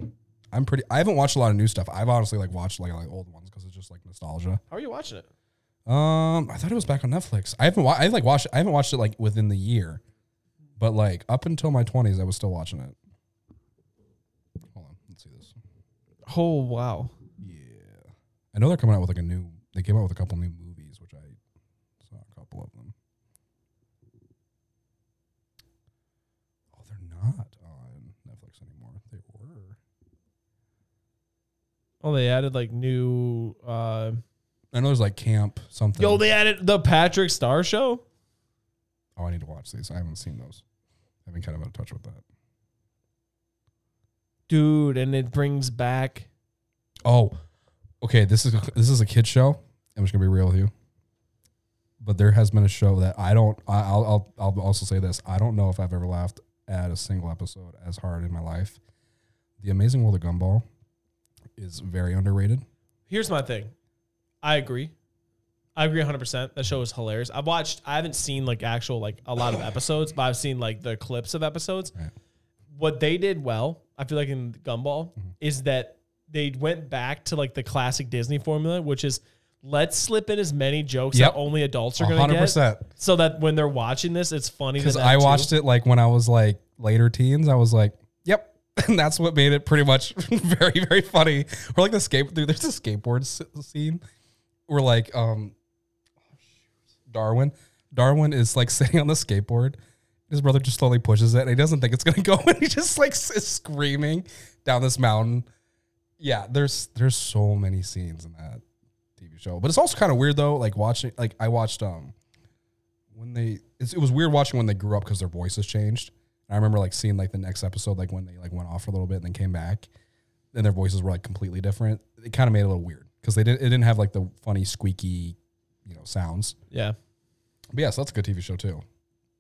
S3: I'm pretty. I haven't watched a lot of new stuff. I've honestly like watched like, like old ones because it's just like nostalgia.
S2: How are you watching it?
S3: Um, I thought it was back on Netflix. I haven't. Wa- I like watched. I haven't watched it like within the year, but like up until my twenties, I was still watching it. Hold on, let's see this.
S2: Oh wow.
S3: Yeah, I know they're coming out with like a new. They came out with a couple new movies, which I saw a couple of them. Oh, they're not on Netflix anymore. They were.
S2: Oh, they added like new. Uh,
S3: I know there's like camp something.
S2: yo, they added the Patrick Star Show.
S3: oh, I need to watch these. I haven't seen those. I've been kind of out of touch with that.
S2: dude, and it brings back.
S3: Oh, okay. This is a, this is a kid show. I'm just gonna be real with you. But there has been a show that I don't. I, I'll, I'll I'll also say this. I don't know if I've ever laughed at a single episode as hard in my life. The Amazing World of Gumball is very underrated.
S2: Here's my thing. I agree. I agree 100%. That show is hilarious. I've watched, I haven't seen like actual, like a lot of episodes, but I've seen like the clips of episodes.
S3: Right.
S2: What they did well, I feel like in Gumball,
S3: Mm-hmm.
S2: is that they went back to like the classic Disney formula, which is let's slip in as many jokes
S3: Yep.
S2: that only adults are going to
S3: hundred
S2: get.
S3: percent.
S2: So that when they're watching this, it's funny. to
S3: Because
S2: them
S3: I
S2: too.
S3: watched it like when I was like later teens. I was like, yep. And that's what made it pretty much very, very funny. Or like the skate, dude, there's a skateboard s- scene where like um Darwin, Darwin is like sitting on the skateboard. His brother just slowly pushes it and he doesn't think it's gonna go and he just like s- is screaming down this mountain. Yeah, there's there's so many scenes in that TV show. But it's also kind of weird though, like watching like I watched um when they it's, it was weird watching when they grew up because their voices changed. And I remember like seeing like the next episode like when they like went off for a little bit and then came back, and their voices were like completely different. It kind of made it a little weird because they didn't it didn't have like the funny squeaky, you know, sounds.
S2: Yeah.
S3: But yeah, so that's a good TV show too.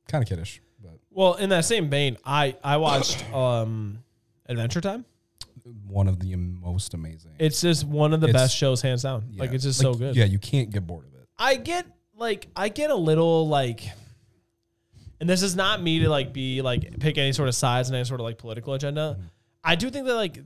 S3: Kind of kiddish, but
S2: Well, in that same vein, I, I watched um, Adventure Time.
S3: one of the most amazing.
S2: It's just one of the
S3: It's-
S2: best shows, hands down.
S3: Yeah.
S2: Like it's just so good.
S3: Yeah, you can't get bored of it.
S2: I get like I get a little like, and and this is not me to like be like pick any sort of sides and any sort of like political agenda.
S3: Mm-hmm.
S2: I do think that like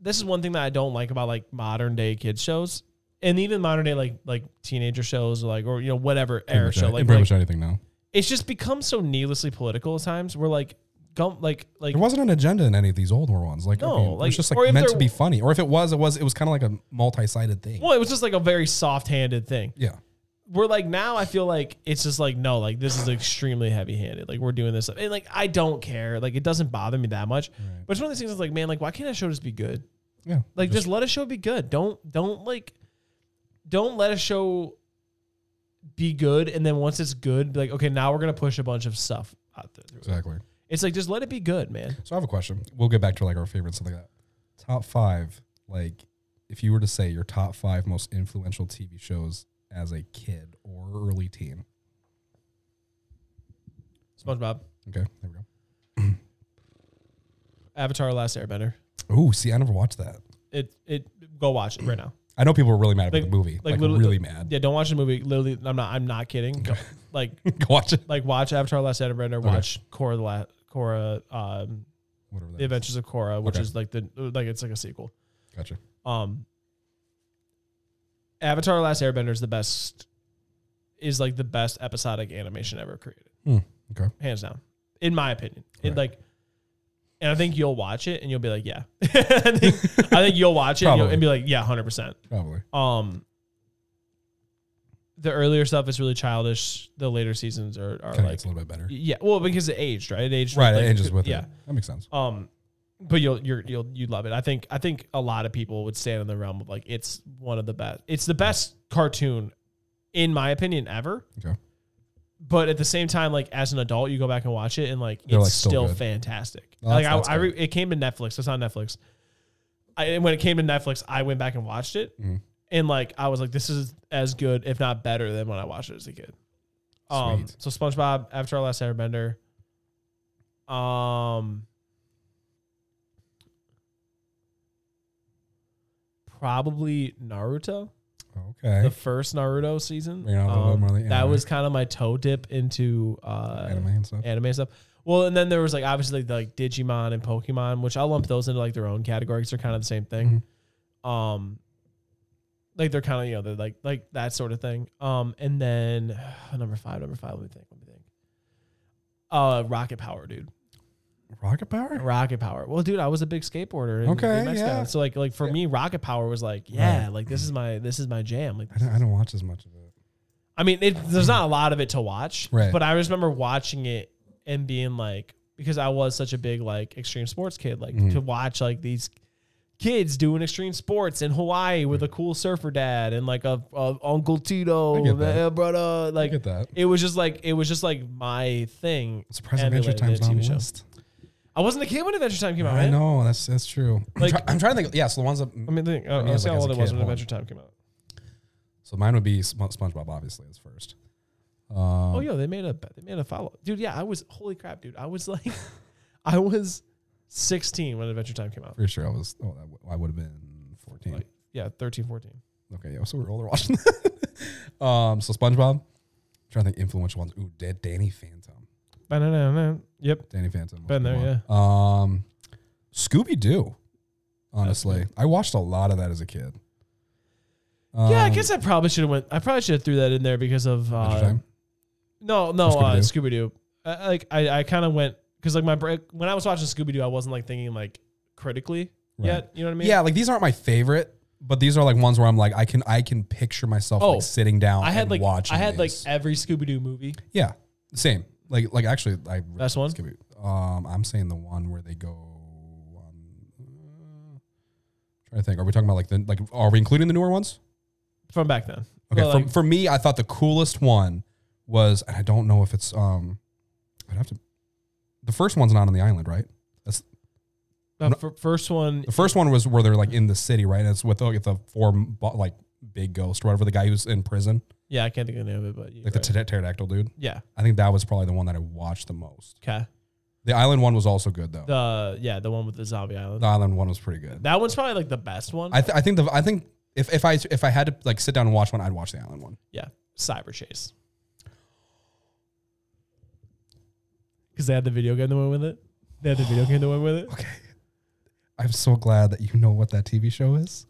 S2: this is one thing that I don't like about like modern day kids shows and even modern day like like teenager shows or like or you know whatever
S3: Pretty
S2: air
S3: much,
S2: show
S3: any-
S2: like,
S3: pretty
S2: like
S3: much anything now.
S2: it's just become so needlessly political at times. We're like gum like like
S3: There wasn't an agenda in any of these older ones. Like,
S2: No,
S3: I mean, it
S2: like-
S3: was just
S2: or
S3: like
S2: if
S3: meant
S2: there-
S3: to be funny. Or if it was, it was. It was kind of like a multi-sided thing.
S2: well it was just like a very soft handed thing.
S3: Yeah.
S2: we're like now I feel like it's just like no, like this is extremely heavy handed. Like we're doing this and like I don't care. Like it doesn't bother me that much. But it's one of these things that's like, man, like why can't a show just be good?
S3: Yeah.
S2: Like just, let a show be good. Don't don't like don't let a show be good and then once it's good, be like, okay, now we're gonna push a bunch of stuff out there.
S3: exactly.
S2: It's like just let it be good, man.
S3: So I have a question. We'll get back to like our favorites and stuff like that. Top five, like if you were to say your top five most influential TV shows as a kid or early teen.
S2: SpongeBob.
S3: Okay, there we go.
S2: Avatar The Last Airbender.
S3: Oh, see, I never watched that.
S2: It it go watch it right now.
S3: I know people were really mad about
S2: Like-
S3: the movie,
S2: like
S3: like,
S2: literally-
S3: really mad.
S2: Yeah, don't watch the movie. Literally, I'm not I'm not kidding. Go- like
S3: Go watch it.
S2: like watch Avatar: Last Airbender, watch Korra the La- Korra, um,
S3: Whatever. That
S2: The Adventures of Korra, which
S3: Okay.
S2: is like the like it's like a sequel.
S3: is. Gotcha.
S2: Um, Avatar: Last Airbender is the best, is like the best episodic animation ever created,
S3: Hmm, okay.
S2: hands down, in my opinion. It
S3: Right.
S2: like, and I think you'll watch it and you'll be like, yeah, I think I think you'll watch it and, you'll,
S3: Probably.
S2: and be like, yeah, hundred percent.
S3: Probably.
S2: Um. The earlier stuff is really childish. The later seasons are, are
S3: Kind of
S2: like
S3: gets a little bit better.
S2: yeah, well, because it aged, right? It aged,
S3: Right.
S2: like,
S3: it ages with
S2: yeah.
S3: it. That makes sense.
S2: Um, but you'll you're, you'll you'd love it. I think I think a lot of people would stand in the realm of like it's one of the best. It's the best cartoon, in my opinion, ever.
S3: Okay.
S2: But at the same time, like as an adult, you go back and watch it, and like
S3: They're,
S2: it's
S3: like, still
S2: still
S3: good.
S2: fantastic.
S3: Well,
S2: like
S3: that's-
S2: I,
S3: that's
S2: I re- it came to Netflix. It's on Netflix. I, and when it came to Netflix, I went back and watched it,
S3: Mhm.
S2: and like I was like, this is as good, if not better, than when I watched it as a kid. Um,
S3: Sweet.
S2: so SpongeBob, After Our Last Airbender. Um, probably Naruto,
S3: Okay.
S2: the first Naruto season.
S3: Bring it on a little
S2: Um,
S3: more like
S2: that
S3: anime.
S2: was kind of my toe dip into uh,
S3: Anime and stuff.
S2: anime stuff. Well, and then there was like obviously like, like Digimon and Pokemon, which I lump those into like their own categories. They're kind of the same thing.
S3: Mm-hmm.
S2: Um, like they're kind of you know they're like like that sort of thing. Um, and then number five, number five. Let me think. Let me think. Uh, rocket power, dude.
S3: Rocket Power.
S2: Rocket power. Well, dude, I was a big skateboarder. In,
S3: Okay,
S2: in Mexico.
S3: yeah.
S2: So like like for me, rocket power was like yeah, like this is my this is my jam. Like
S3: I don't, I don't watch as much of it.
S2: I mean, it, there's not a lot of it to watch,
S3: Right.
S2: but I just remember watching it and being like, because I was such a big like extreme sports kid, like
S3: Mm-hmm.
S2: to watch like these kids doing extreme sports in Hawaii with a cool surfer dad and like a, a Uncle Tito,
S3: I get
S2: and
S3: that.
S2: a brother,
S3: I
S2: like
S3: get that.
S2: it was just like it was just like my thing.
S3: I'm surprised
S2: And
S3: Adventure
S2: they let it
S3: Time's
S2: be a
S3: not on
S2: TV
S3: the
S2: show.
S3: list.
S2: I wasn't a kid when Adventure Time came out.
S3: I
S2: right?
S3: know that's that's true.
S2: Like-
S3: Like, I'm, try- I'm trying to think. Yeah, so the ones that
S2: I mean, think, uh,
S3: mean,
S2: let's see
S3: like,
S2: how
S3: as
S2: old
S3: a
S2: I was
S3: kid,
S2: when
S3: hold on.
S2: Adventure Time came out.
S3: so mine would be Spo- SpongeBob. Obviously, is first. Um,
S2: Oh yo, they made a they made a follow, dude. Yeah, I was holy crap, dude. I was like, I was 16 when Adventure Time came out.
S3: for sure. I was. Oh, that w- I would have been 14.
S2: Like, yeah, 13, 14.
S3: okay, yeah. So we we're older watching. that. um, so SpongeBob. trying to think influential ones. Ooh, dead Danny Phantom.
S2: Ba-na-na-na. Yep.
S3: Danny Phantom. was
S2: Been
S3: a good
S2: there,
S3: one. Um, Scooby Doo. Honestly, I watched a lot of that as a kid.
S2: yeah, I
S3: Um,
S2: guess I probably should have went. I probably should have threw that in there because of
S3: Adventure
S2: uh,
S3: Time?
S2: no, no,
S3: Or Scooby-Doo?
S2: Scooby Doo. Uh, like I, I kind of went because like my break when I was watching Scooby Doo, I wasn't like thinking like critically
S3: Right.
S2: yet. You know what I mean?
S3: Yeah, like these aren't my favorite, but these are like ones where I'm like, I can I can picture myself
S2: Oh,
S3: like sitting down.
S2: I had
S3: and
S2: like
S3: watching
S2: I had like
S3: these.
S2: every Scooby Doo movie.
S3: yeah, same. Like like actually, I
S2: Best one?
S3: Scooby. Um, I'm saying the one where they go. On, trying to think, are we talking about like the like? Are we including the newer ones?
S2: from back then.
S3: Okay,
S2: Well,
S3: for,
S2: like-
S3: for me, I thought the coolest one was, and I don't know if it's um, I'd have to. The first one's not on the island, right?
S2: The Uh, fir- first one
S3: The first one was where they're like in the city, right? And it's with like, the four bo- like big ghost or whatever the guy who's in prison.
S2: Yeah, I can't think of the name of it, but you,
S3: like
S2: right.
S3: the pter- pterodactyl dude.
S2: yeah,
S3: I think that was probably the one that I watched the most.
S2: okay.
S3: The island one was also good though. The,
S2: The yeah, the one with the zombie island.
S3: island one was pretty good.
S2: that one's probably like the best one.
S3: I, th- I think the I think if, if I if I had to like sit down and watch one, I'd watch the island one.
S2: yeah, Cyber Chase. because they had the video game that went with it. They had the video game that went with it.
S3: Okay. I'm so glad that you know what that TV show is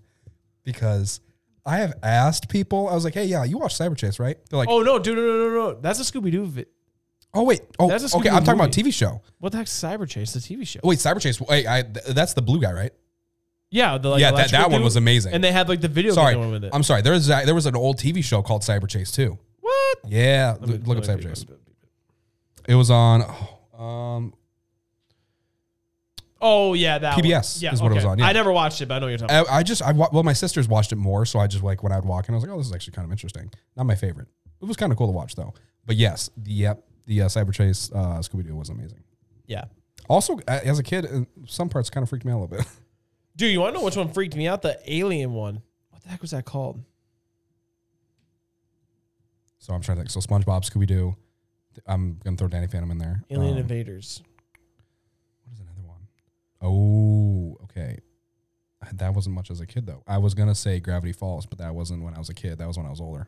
S3: because I have asked people, I was like, hey, yeah, you watch Cyber Chase, right? They're like, oh,
S2: Oh no, dude, no, no, no, no. That's a Scooby Doo. Vi-
S3: wait. Oh,
S2: That's a
S3: okay.
S2: Scooby-Doo
S3: I'm talking about
S2: movie.
S3: TV show.
S2: what the heck's Cyber Chase? The TV show.
S3: Wait, Cyber Chase. Wait, I, th- that's the blue guy, right?
S2: Oh, Yeah, the like
S3: yeah, that,
S2: electrical
S3: that one
S2: dude.
S3: was amazing.
S2: And they had like the video
S3: Sorry.
S2: game that went with it.
S3: I'm sorry. There was, a- there was an old TV show called Cyber Chase, too.
S2: what?
S3: Yeah.
S2: Let me-
S3: look up
S2: let
S3: Cyber
S2: me-
S3: Chase. It was on oh, um,
S2: Oh yeah, that
S3: PBS
S2: one. Yeah,
S3: is what it was
S2: okay.
S3: on, yeah. Uh,
S2: I never watched it, but I know what you're talking. about.
S3: I, I just I wa- well my sisters watched it more, so I just like when I'd walk in, I was like, oh, this is actually kind of interesting. Not my favorite. It was kind of cool to watch though. But yes, the yep, the uh, Cyber Chase uh, Scooby Doo was amazing.
S2: Yeah,
S3: Also, a- as a kid, uh, some parts kind of freaked me out a little bit.
S2: dude, you want to know which one freaked me out? The alien one. What the heck was that called?
S3: so I'm trying to think. So SpongeBob, Scooby Doo. I'm gonna throw Danny Phantom in there.
S2: Alien
S3: Um,
S2: Invaders.
S3: What is another one? Oh, okay. Uh, That wasn't much as a kid though. I was gonna say Gravity Falls, but that wasn't when I was a kid. That was when I was older.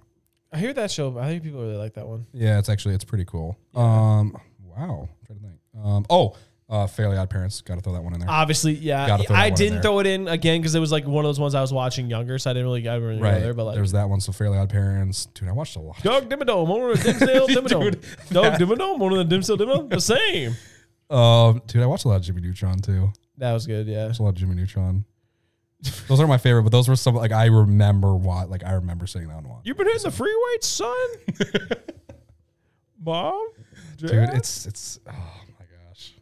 S2: I hear that show. but I think people really like that one.
S3: Yeah, it's actually it's pretty cool.
S2: Yeah.
S3: Um, wow. I'm trying to think. Um, oh, uh, Fairly Odd Parents. Got to throw that one in there.
S2: Obviously, yeah.
S3: Gotta throw that
S2: I
S3: one in
S2: didn't
S3: there.
S2: throw it in again because it was like one of those ones I was watching younger, so I didn't really, I didn't really go there. But like,
S3: there's that one. So Fairly Odd Parents. Dude, I watched a lot.
S2: Dog Dimmadome, owner of Dimsdale Dimmadome. Dog Dimmadome, owner of Dimsdale Dimmadome. The same.
S3: Um, dude, I watched a lot of Jimmy Neutron too.
S2: That was good. Yeah.
S3: Watched a lot of Jimmy Neutron. Those are my favorite, but those were some like I remember what like I remember sitting down and watching.
S2: You've been hitting the free weights, son. Mom,
S3: Dude,
S2: Dad?
S3: it's it's oh my gosh,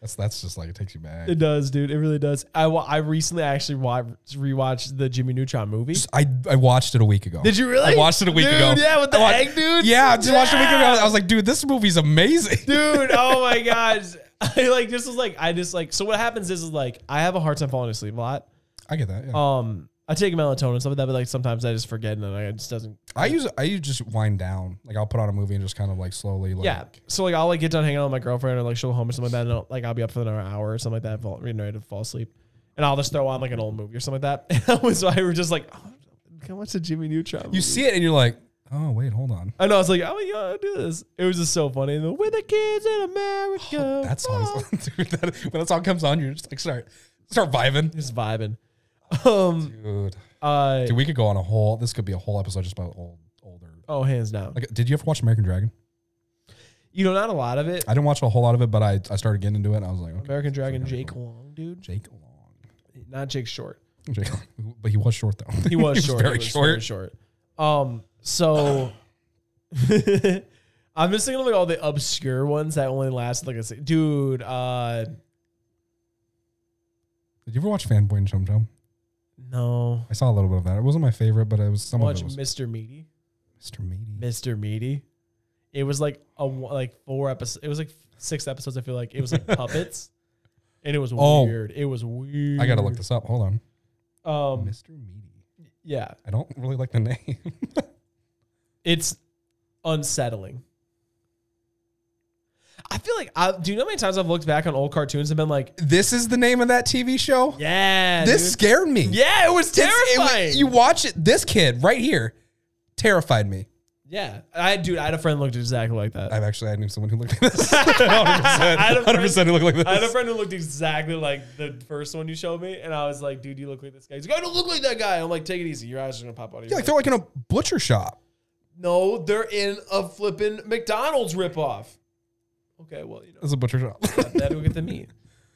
S3: that's that's just like it takes you back.
S2: It does, dude. It really does. I wa- I recently actually wa- rewatched the Jimmy Neutron movie.
S3: I I watched it a week ago.
S2: Did you really?
S3: I watched it a week
S2: Dude,
S3: ago.
S2: Yeah, with the
S3: I wa-
S2: egg, dude.
S3: Yeah, I just watched it a week ago.
S2: Yeah.
S3: I was like, dude, this movie's amazing.
S2: dude. Oh my god. I like this is like I just like so what happens is is like I have a hard time falling asleep a lot.
S3: I get that. Yeah.
S2: Um, I take melatonin and stuff like that, but like sometimes I just forget and then I it just doesn't.
S3: I use I use just wind down. Like I'll put on a movie and just kind of like slowly. Like,
S2: Yeah. So like I'll like get done hanging out with my girlfriend or like she'll go home or something like that. And I'll, like I'll be up for another hour or something like that, fall, you know, to fall asleep, and I'll just throw on like an old movie or something like that. And I was I were just like, oh, can I watch the Jimmy Neutron?
S3: You
S2: movie?"
S3: see it and you're like, oh wait, hold on.
S2: I know. I was like, oh my god, I'll do this. It was just so funny. And the, We're the kids in America.
S3: That
S2: Oh.
S3: song, is, dude. That, when that song comes on, you're just like start start vibing,
S2: just vibing. Um,
S3: dude.
S2: uh,
S3: Dude, we could go on a whole. This could be a whole episode just about old older.
S2: oh, hands down.
S3: Like, did you ever watch American Dragon?
S2: You know, not a lot of it.
S3: I didn't watch a whole lot of it, but I, I started getting into it. and I was like, okay,
S2: American
S3: this is
S2: Dragon,
S3: kinda
S2: Jake
S3: cool.
S2: Long, dude.
S3: Jake Long,
S2: Not Jake Short.
S3: Jake Long. But he was short though.
S2: He was, short.
S3: very
S2: He was
S3: short.
S2: Very short. Um, so I'm just thinking of like all the obscure ones that only last like a se- dude. Uh,
S3: Did you ever watch Fanboy and Chum Chum?
S2: no.
S3: I saw a little bit of that. It wasn't my favorite, but it was some
S2: Watch
S3: of it was
S2: Mr. Meaty.
S3: Mr. Meaty.
S2: Mr. Meaty. It was like a one- like four episodes. It was like six episodes. I feel like it was like puppets, and it was
S3: Oh.
S2: weird. It was weird.
S3: I gotta look this up. Hold on,
S2: Um,
S3: Mr. Meaty.
S2: yeah,
S3: I don't really like the name.
S2: it's unsettling. I feel like I do. You know how many times I've looked back on old cartoons and been like,
S3: this is the name of that TV show.
S2: "Yeah,
S3: this
S2: dude.
S3: scared me.
S2: yeah, it was
S3: It's- it-
S2: terrifying."
S3: you watch it. This kid right here terrified me.
S2: yeah, I dude, I had a friend who looked exactly like that.
S3: I've actually I knew someone who looked like this. 100%,
S2: I had a friend-
S3: 100% who looked like this.
S2: I had a friend who looked exactly like the first one you showed me, and I was like, "Dude, you look like this guy." He's like, "I don't look like that guy." I'm like, "Take it easy. Your eyes are gonna pop out of your."
S3: yeah, like
S2: head."
S3: they're like in a butcher shop.
S2: No, they're in a flippin' McDonald's ripoff. Okay, well, you know,
S3: It's a butcher shop.
S2: that will get the meat.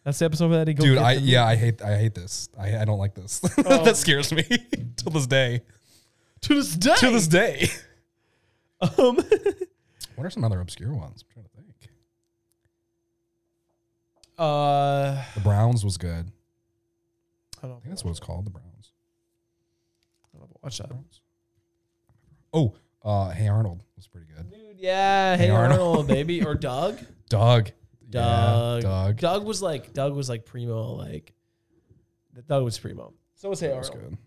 S2: That's the episode where that he goes.
S3: Dude, I yeah, I hate I hate this. I, I don't like this.
S2: Um,
S3: that scares me till this day.
S2: to this day.
S3: To this day.
S2: Um,
S3: What are some other obscure ones? I'm trying to think.
S2: uh, I
S3: The Browns was good.
S2: don't know.
S3: I think that's what it's called. The Browns.
S2: I don't know. Watch that.
S3: Oh, uh, Hey Arnold was pretty good.
S2: Dude, yeah. Hey,
S3: Hey,
S2: Arnold.
S3: Arnold.
S2: baby, or Doug.
S3: Doug.
S2: Doug.
S3: Doug.
S2: Doug was like Doug was like primo. Like Doug was primo. So was Hey
S3: was
S2: Arnold.
S3: good.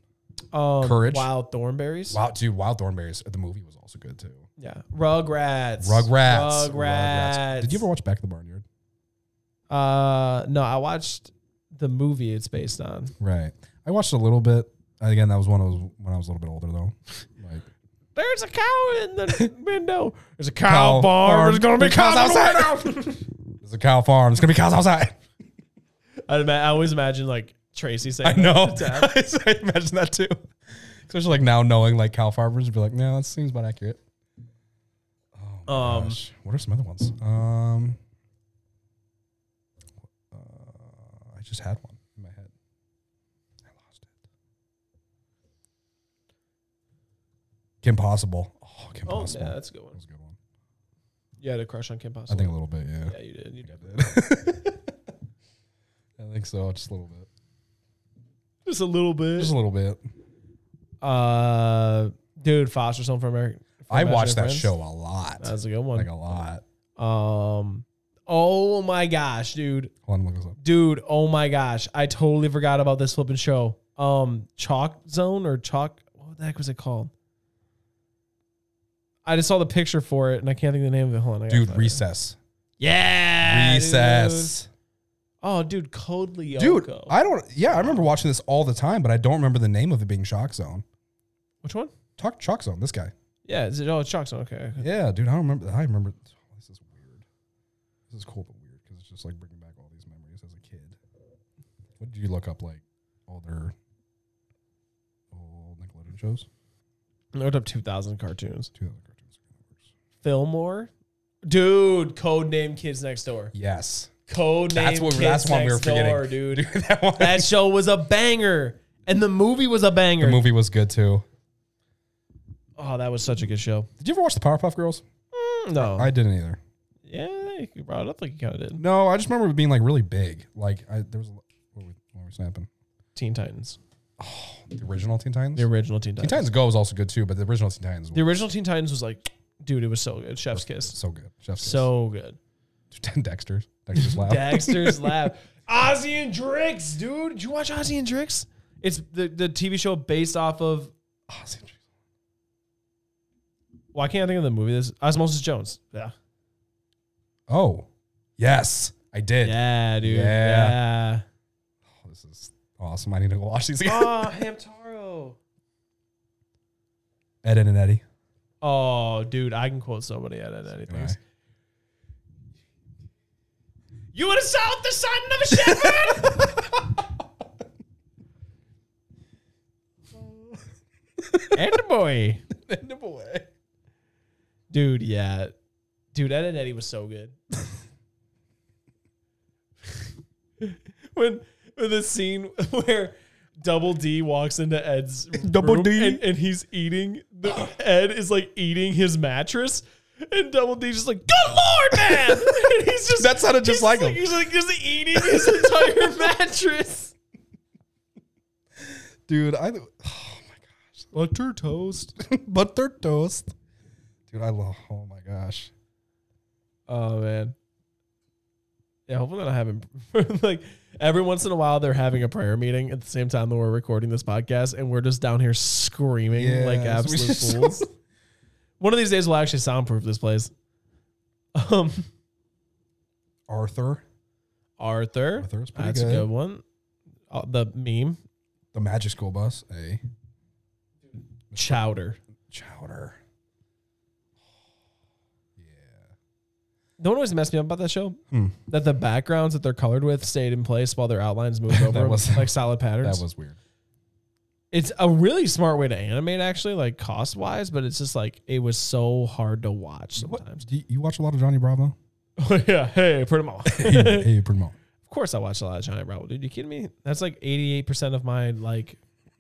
S2: Um,
S3: Courage.
S2: Wild Thornberries.
S3: Wow, dude, Wild Thornberries. The movie was also good too.
S2: Yeah. Rugrats.
S3: Rugrats.
S2: Rugrats.
S3: Did you ever watch Back to the Barnyard?
S2: Uh, no, I watched the movie it's based on.
S3: Right. I watched a little bit. Again, that was when I was when I was a little bit older though. Like
S2: There's a cow in the window. There's a
S3: Cow
S2: cow, barn.
S3: barn.
S2: There's gonna be
S3: There's cows
S2: cows outside.
S3: It's a cow farm. It's gonna be cows outside.
S2: I, ima- I always imagine like Tracy
S3: I
S2: saying, that
S3: know.
S2: to Adam.
S3: I imagine that too. Especially like now knowing like cow farmers would be like, no, that seems about accurate. Oh
S2: Um,
S3: gosh. What are some other ones? Um, uh, I just had one in my head. I lost it. Kim Possible. Oh, Kim
S2: Oh,
S3: Possible.
S2: yeah, that's a good
S3: that
S2: one.
S3: was a good one.
S2: You had a crush on Kim Possible.
S3: I think a little bit, yeah.
S2: Yeah, you did. You did.
S3: I think so, just a little bit.
S2: Just a little bit.
S3: Just a little bit.
S2: Uh, dude, Foster Home for America.
S3: I watched that show a lot.
S2: That's a good one.
S3: Like a lot.
S2: Um, oh my gosh, dude,
S3: Hold on, look this up.
S2: dude, oh my gosh, I totally forgot about this flipping show. Um, Chalk Zone or Chalk, what the heck was it called? I just saw the picture for it and I can't think of the name of it. Hold on, I gotta
S3: Dude,
S2: find it.
S3: recess.
S2: Yeah, dude.
S3: Recess.
S2: Oh, dude, Code Lyoko.
S3: Dude, I don't yeah, I remember watching this all the time, but I don't remember the name of it being Shock Zone.
S2: which one?
S3: Talk Shock Zone, this guy.
S2: Yeah, is it? Oh, it's Chalk Zone. Okay.
S3: Yeah, dude, I don't remember I remember this is weird. This is cool but weird because it's just like bringing back all these memories as a kid. What did you look up like older old Nickelodeon shows?
S2: I looked up two thousand cartoons.
S3: Two thousand cartoons.
S2: Fillmore, dude, Code Name Kids Next Door.
S3: Yes.
S2: Code
S3: That's
S2: Name
S3: what
S2: Kids
S3: that's one we
S2: Next
S3: were forgetting.
S2: Door, dude.
S3: that one
S2: That show was a banger, and the movie was a banger.
S3: the movie was good too.
S2: Oh, that was such a good show.
S3: Did you ever watch the Powerpuff Girls? Hmm,
S2: Mm, no,
S3: I didn't either.
S2: yeah, you brought it up like you kind of did.
S3: No, I just remember it being like really big. Like I there was a, lo- what were we, what were we snapping?
S2: Teen Titans,
S3: The original Teen Titans.
S2: the original Teen
S3: Teen
S2: Titans.
S3: Titans Go was also good too, but the original Teen Titans
S2: The
S3: was
S2: original Teen Titans was like, dude, it was so good. Chef's Kiss,
S3: so good. Chef's
S2: so good.
S3: kiss. Dexter's Dexter's Lab.
S2: Dexter's Lab, Ozzy and Drix, dude. Did you watch Ozzy and Drix? It's the the TV show based off of.
S3: Oh, it's interesting.
S2: Why can't I think of the movie? This Osmosis Jones. Yeah.
S3: oh, yes, I did.
S2: Yeah, dude.
S3: Yeah.
S2: Yeah.
S3: Oh, this is awesome. I need to go watch these again.
S2: oh, Hamtaro.
S3: Ed, Ed and Eddie.
S2: Oh, dude, I can quote somebody out of anything.
S3: Right.
S2: You would have south the son of a shepherd. and a boy.
S3: And a boy.
S2: Dude, yeah. Dude, Ed and Eddie was so good. when, when the scene where Double D walks into Ed's
S3: Double
S2: room
S3: D.
S2: And, and he's eating the Ed is like eating his mattress. And Double D just like, good lord, man! and he's just
S3: That sounded just
S2: he's
S3: like him.
S2: He's like just eating his entire mattress.
S3: Dude, I. oh,
S2: Butter toast.
S3: butter toast. Dude, I love. Oh my gosh.
S2: Oh man. Yeah, hopefully that I haven't like every once in a while they're having a prayer meeting at the same time that we're recording this podcast and we're just down here screaming like
S3: Yes, we
S2: absolute
S3: should-
S2: fools. One of these days we'll actually soundproof this place. Um
S3: Arthur,
S2: Arthur.
S3: Arthur is pretty
S2: That's
S3: good.
S2: a good one. Uh, the meme.
S3: the Magic School Bus, a
S2: Chowder.
S3: chowder. Yeah.
S2: No one always messed me up about that show.
S3: Hmm.
S2: That the backgrounds that they're colored with stayed in place while their outlines moved over them,
S3: was-
S2: like solid patterns.
S3: That was weird.
S2: it's a really smart way to animate actually like cost wise but it's just like it was so hard to watch sometimes
S3: Do you, you watch a lot of Johnny Bravo?
S2: oh yeah hey put them all
S3: hey,
S2: of
S3: hey, pretty much.
S2: course i watch a lot of johnny bravo dude you kidding me that's like 88% of my like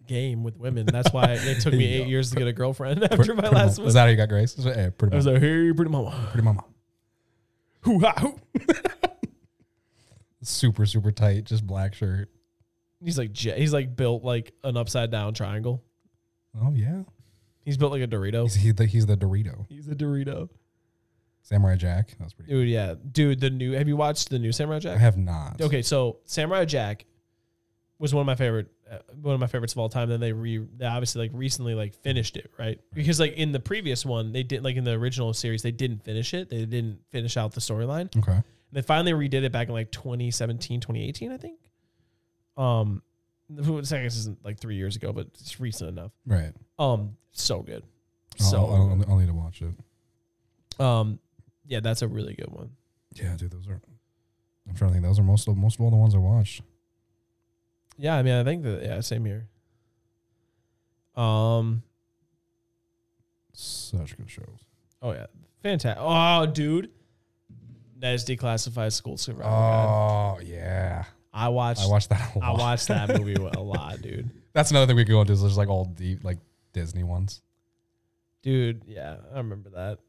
S2: game with women that's why it took me
S3: Yeah.
S2: eight years to get a girlfriend
S3: Pretty
S2: after my
S3: Mama.
S2: last
S3: Is
S2: one
S3: that how you got Grace? Is it- Hey, pretty
S2: i was
S3: much.
S2: like hey pretty mama
S3: Pretty mama.
S2: hoo ha hoo
S3: Super, super tight, just black shirt.
S2: he's like j- he's like built like an upside down triangle
S3: Oh yeah.
S2: he's built like a dorito
S3: He's he, the, he's the Dorito.
S2: he's a dorito
S3: Samurai Jack. That's pretty.
S2: dude yeah dude the new have you watched the new samurai jack
S3: I have not.
S2: Okay, so Samurai Jack was one of my favorite, uh, one of my favorites of all time. Then they re, they obviously like recently like finished it, right? Because like in the previous one, they didn't like in the original series, they didn't finish it. They didn't finish out the storyline.
S3: Okay.
S2: They finally redid it back in like 2017, 2018, I think. Um, the second isn't like three years ago, but it's recent enough.
S3: Right.
S2: Um, so good,
S3: I'll-
S2: so
S3: I'll, I'll, I'll need to watch it.
S2: good. um, yeah, that's a really good one.
S3: Yeah, dude. Those are I'm trying to think. Those are most of most of all the ones I watched.
S2: Yeah, I mean, I think that yeah, same here. Um.
S3: Such good shows.
S2: Oh yeah, fantastic. Oh, dude, that is declassified school survival. guide.
S3: Oh yeah,
S2: I watched.
S3: I watched that a lot.
S2: I watched that movie a lot, dude.
S3: That's another thing we could go into. Is there's like all deep like Disney ones.
S2: Dude, yeah, I remember that.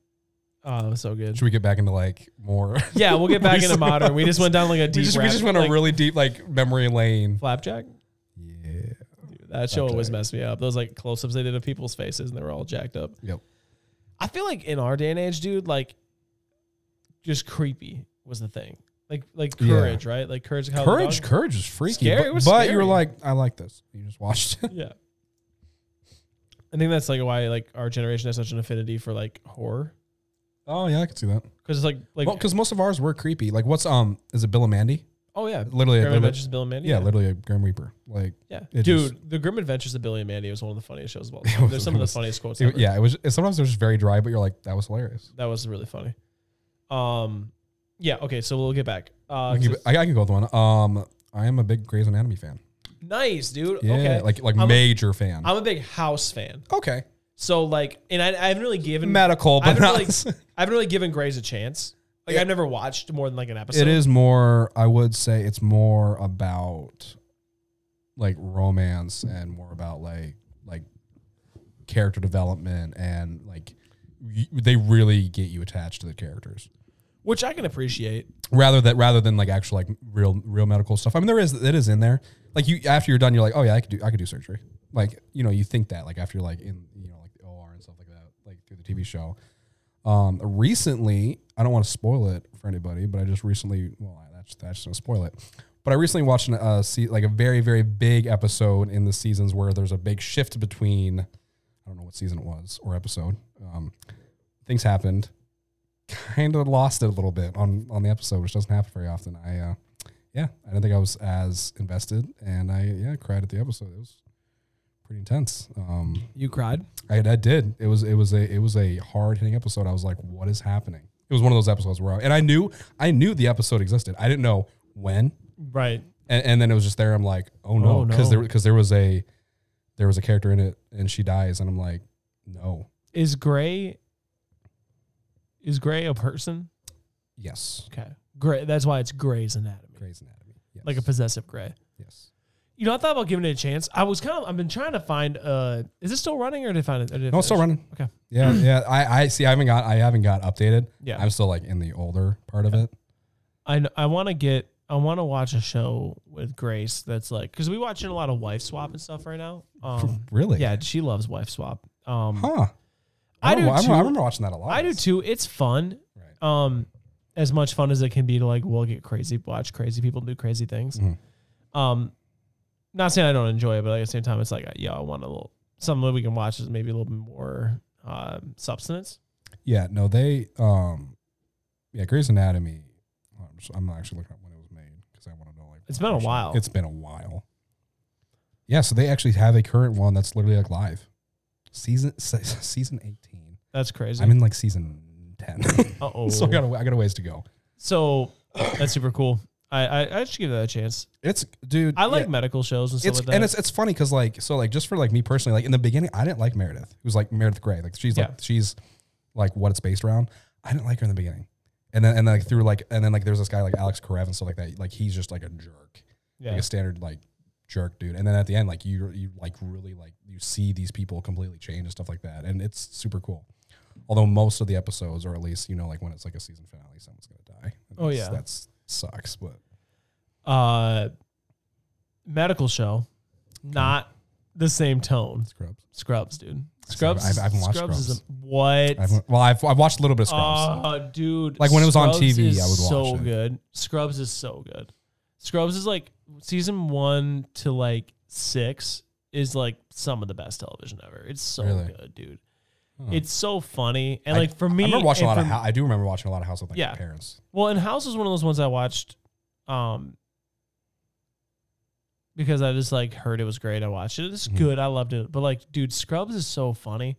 S2: Oh, it was so good.
S3: Should we get back into like more?
S2: Yeah, we'll get back into
S3: so-
S2: modern. We just went down like a deep.
S3: we just we
S2: rabbit-
S3: just went
S2: like
S3: a really deep like memory lane.
S2: flapjack.
S3: Yeah.
S2: Dude, that show always
S3: Flapjack.
S2: messed me up. Those like close-ups they did of people's faces, and they were all jacked up.
S3: Yep.
S2: I feel like in our day and age, dude, like just creepy was the thing. Like like
S3: Yeah.
S2: courage, right? Like courage. How the
S3: Courage,
S2: dog-
S3: courage is freaky.
S2: Scary,
S3: but
S2: it was
S3: but you were
S2: scary.
S3: like, I like this. You just watched it.
S2: yeah. I think that's like why like our generation has such an affinity for like horror
S3: Oh yeah, I could see that.
S2: because it's like like
S3: Well, because most of ours were creepy. Like, what's um, is it Bill and Mandy?
S2: oh yeah,
S3: Literally,
S2: Grim
S3: literally-
S2: Adventures of Bill and Mandy.
S3: yeah, literally a Grim Reaper. Like,
S2: Yeah,
S3: It
S2: dude, The Grim Adventures of Billy and Mandy was one of the funniest shows of all time.
S3: was-
S2: There's some of
S3: it
S2: the
S3: was-
S2: funniest quotes.
S3: it-
S2: ever.
S3: yeah, it was. It, sometimes they're just very dry, but you're like, that was hilarious.
S2: that was really funny. Um, yeah. Okay, so we'll get back. Uh,
S3: I can,
S2: to-
S3: give- I, I can go with one. Um, I am a big Grey's Anatomy fan.
S2: nice, dude.
S3: Yeah,
S2: okay,
S3: like like
S2: I'm a-
S3: major fan.
S2: I'm a big House fan,
S3: okay,
S2: so like, and I, I haven't really given
S3: medical,
S2: I
S3: but
S2: haven't
S3: not.
S2: really, I haven't really given Grey's a chance. Like
S3: Yeah.
S2: I've never watched more than like an episode.
S3: it is more. I would say it's more about like romance and more about like like character development and like y- they really get you attached to the characters.
S2: which I can appreciate.
S3: rather that rather than like actual like real real medical stuff. I mean, there is it is in there. Like you after you're done, you're like, oh yeah, I could do I could do surgery. Like you know, you think that like after you're like in you know like the OR and stuff like that, like through the TV show. Um, recently, I don't want to spoil it for anybody, but I just recently well that's that's gonna spoil it. But I recently watched an, uh, see, like a very very big episode in the seasons where there's a big shift between. I don't know what season it was or episode. Um, things happened kind of lost it a little bit on on the episode, which doesn't happen very often. I uh, yeah, I didn't think I was as invested, and I yeah cried at the episode. It was pretty intense. Um,
S2: You cried.
S3: I, I did. It was it was a it was a hard hitting episode. I was like, what is happening? It was one of those episodes where I, and I knew I knew the episode existed. I didn't know when,
S2: Right.
S3: and, and then it was just there. I'm like, oh no,
S2: Oh, no.
S3: because there because there was a there was a character in it, and she dies, and I'm like, no,
S2: Is Gray is Gray a person?
S3: yes,
S2: Okay. Gray that's why it's Gray's anatomy.
S3: Grey's Anatomy, yes.
S2: Like a possessive Gray.
S3: yes.
S2: You know, I thought about giving it a chance. I was kind of I've been trying to find uh is this still running or did I find it? or did it
S3: No, it's still
S2: finish?
S3: running.
S2: Okay.
S3: Yeah, yeah. I, I see. I haven't got. I haven't got updated.
S2: Mm. Yeah.
S3: I'm still like in the older part of it.
S2: I kn- I want to get I want to watch a show with Grace that's like because we watching a lot of wife swap and stuff right now. Um,
S3: Really?
S2: yeah, she loves wife swap. Um,
S3: Huh.
S2: I do too.
S3: remember, I remember, I remember watching that a lot.
S2: I do too. It's fun.
S3: Right.
S2: Um, as much fun as it can be to like we'll get crazy, watch crazy people do crazy things.
S3: Mhm.
S2: Um, not saying I don't enjoy it, but at the same time, it's like yeah, I want a little something that we can watch is maybe a little bit more um, substance.
S3: Yeah. No, they. Um. Yeah, Grey's Anatomy. I'm, just, I'm actually looking up when it was made because I want to know. Like,
S2: It's been a
S3: actually-
S2: while.
S3: It's been a while. Yeah. So they actually have a current one that's literally like live. Season se- season 18.
S2: That's crazy.
S3: I'm in like season 10.
S2: Uh-oh.
S3: so I got a, I got a ways to go.
S2: so that's super cool. I, I I should give that a chance.
S3: It's dude.
S2: I like
S3: yeah.
S2: medical shows and stuff
S3: it's
S2: like that.
S3: and it's it's funny because like so like just for like me personally like in the beginning I didn't like Meredith who's like Meredith Grey like she's
S2: Yeah.
S3: like she's like what it's based around I didn't like her in the beginning and then and then like through like and then like there's this guy like Alex Karev and stuff like that like he's just like a jerk
S2: yeah.
S3: like a standard like jerk dude and then at the end like you you like really like you see these people completely change and stuff like that and it's super cool although most of the episodes or at least you know like when it's like a season finale someone's gonna die And
S2: Oh,
S3: that's-
S2: yeah.
S3: that's sucks but
S2: uh, medical show, not the same tone.
S3: Scrubs
S2: Scrubs, dude.
S3: I've-
S2: Scrubs.
S3: I haven't watched
S2: Scrubs, is a,
S3: Scrubs.
S2: what?
S3: I've, well I've, I've watched a little bit of Scrubs so-
S2: Uh, dude.
S3: Like, when it was on
S2: Scrubs
S3: TV,
S2: is
S3: I would watch
S2: So
S3: it.
S2: good. Scrubs is so good. Scrubs is like season one to like six is like some of the best television ever. It's so
S3: Really?
S2: good, dude.
S3: Huh.
S2: It's so funny and
S3: I-
S2: like for me,
S3: I remember watching a
S2: and
S3: lot of.
S2: for-
S3: Hou- I do remember watching a lot of House with like
S2: Yeah.
S3: parents.
S2: Well, and House was one of those ones I watched, um, because I just like heard it was great. I watched it. It's
S3: Mhm.
S2: good. I loved it. But like, dude, Scrubs is so funny.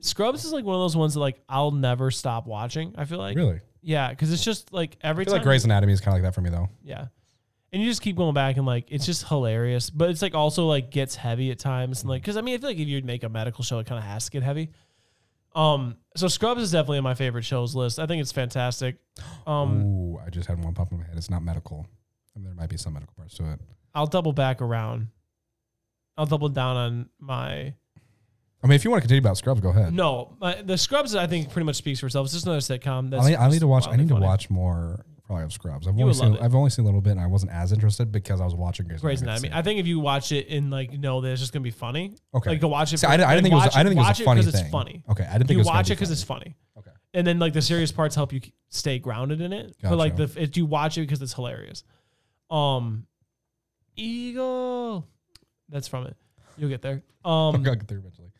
S2: Scrubs is like one of those ones that like I'll never stop watching. I feel like
S3: really?
S2: Yeah, because it's just like every
S3: I feel
S2: time.
S3: like Grey's Anatomy is kind of like that for me though.
S2: yeah, and you just keep going back and like it's just hilarious, but it's like also like gets heavy at times and like because I mean I feel like if you'd make a medical show, it kind of has to get heavy. Um, so Scrubs is definitely on my favorite shows list. I think it's fantastic. Um,
S3: Ooh, I just had one pop in my head. It's not medical. I mean, there might be some medical parts to it.
S2: I'll double back around. I'll double down on my
S3: I mean, if you want to continue about Scrubs, go ahead.
S2: no. My, the Scrubs I think pretty much speaks for itself. It's just another sitcom.
S3: I need, I need to watch. I
S2: wildly
S3: need to
S2: funny.
S3: watch more probably of Scrubs. I've
S2: You
S3: only
S2: would
S3: seen.
S2: love it.
S3: I've only seen a little bit, and I wasn't as interested because I was watching Grey's,
S2: Grey's
S3: at the
S2: Anatomy.
S3: same
S2: I think if you watch it and like know that it's just gonna be funny,
S3: Okay.
S2: like go watch it.
S3: See, I, didn't- I didn't think it was. I didn't think it was a funny
S2: because
S3: thing.
S2: it's funny.
S3: Okay, I didn't think
S2: You
S3: it was gonna
S2: watch
S3: be
S2: it because
S3: funny.
S2: it's funny.
S3: Okay.
S2: And then like the serious parts help you k- stay grounded in it. But like the
S3: Gotcha.
S2: f- it, you watch it because it's hilarious. Um, Eagle, that's from it. You'll get there. Um,
S3: Okay, I'll get there eventually.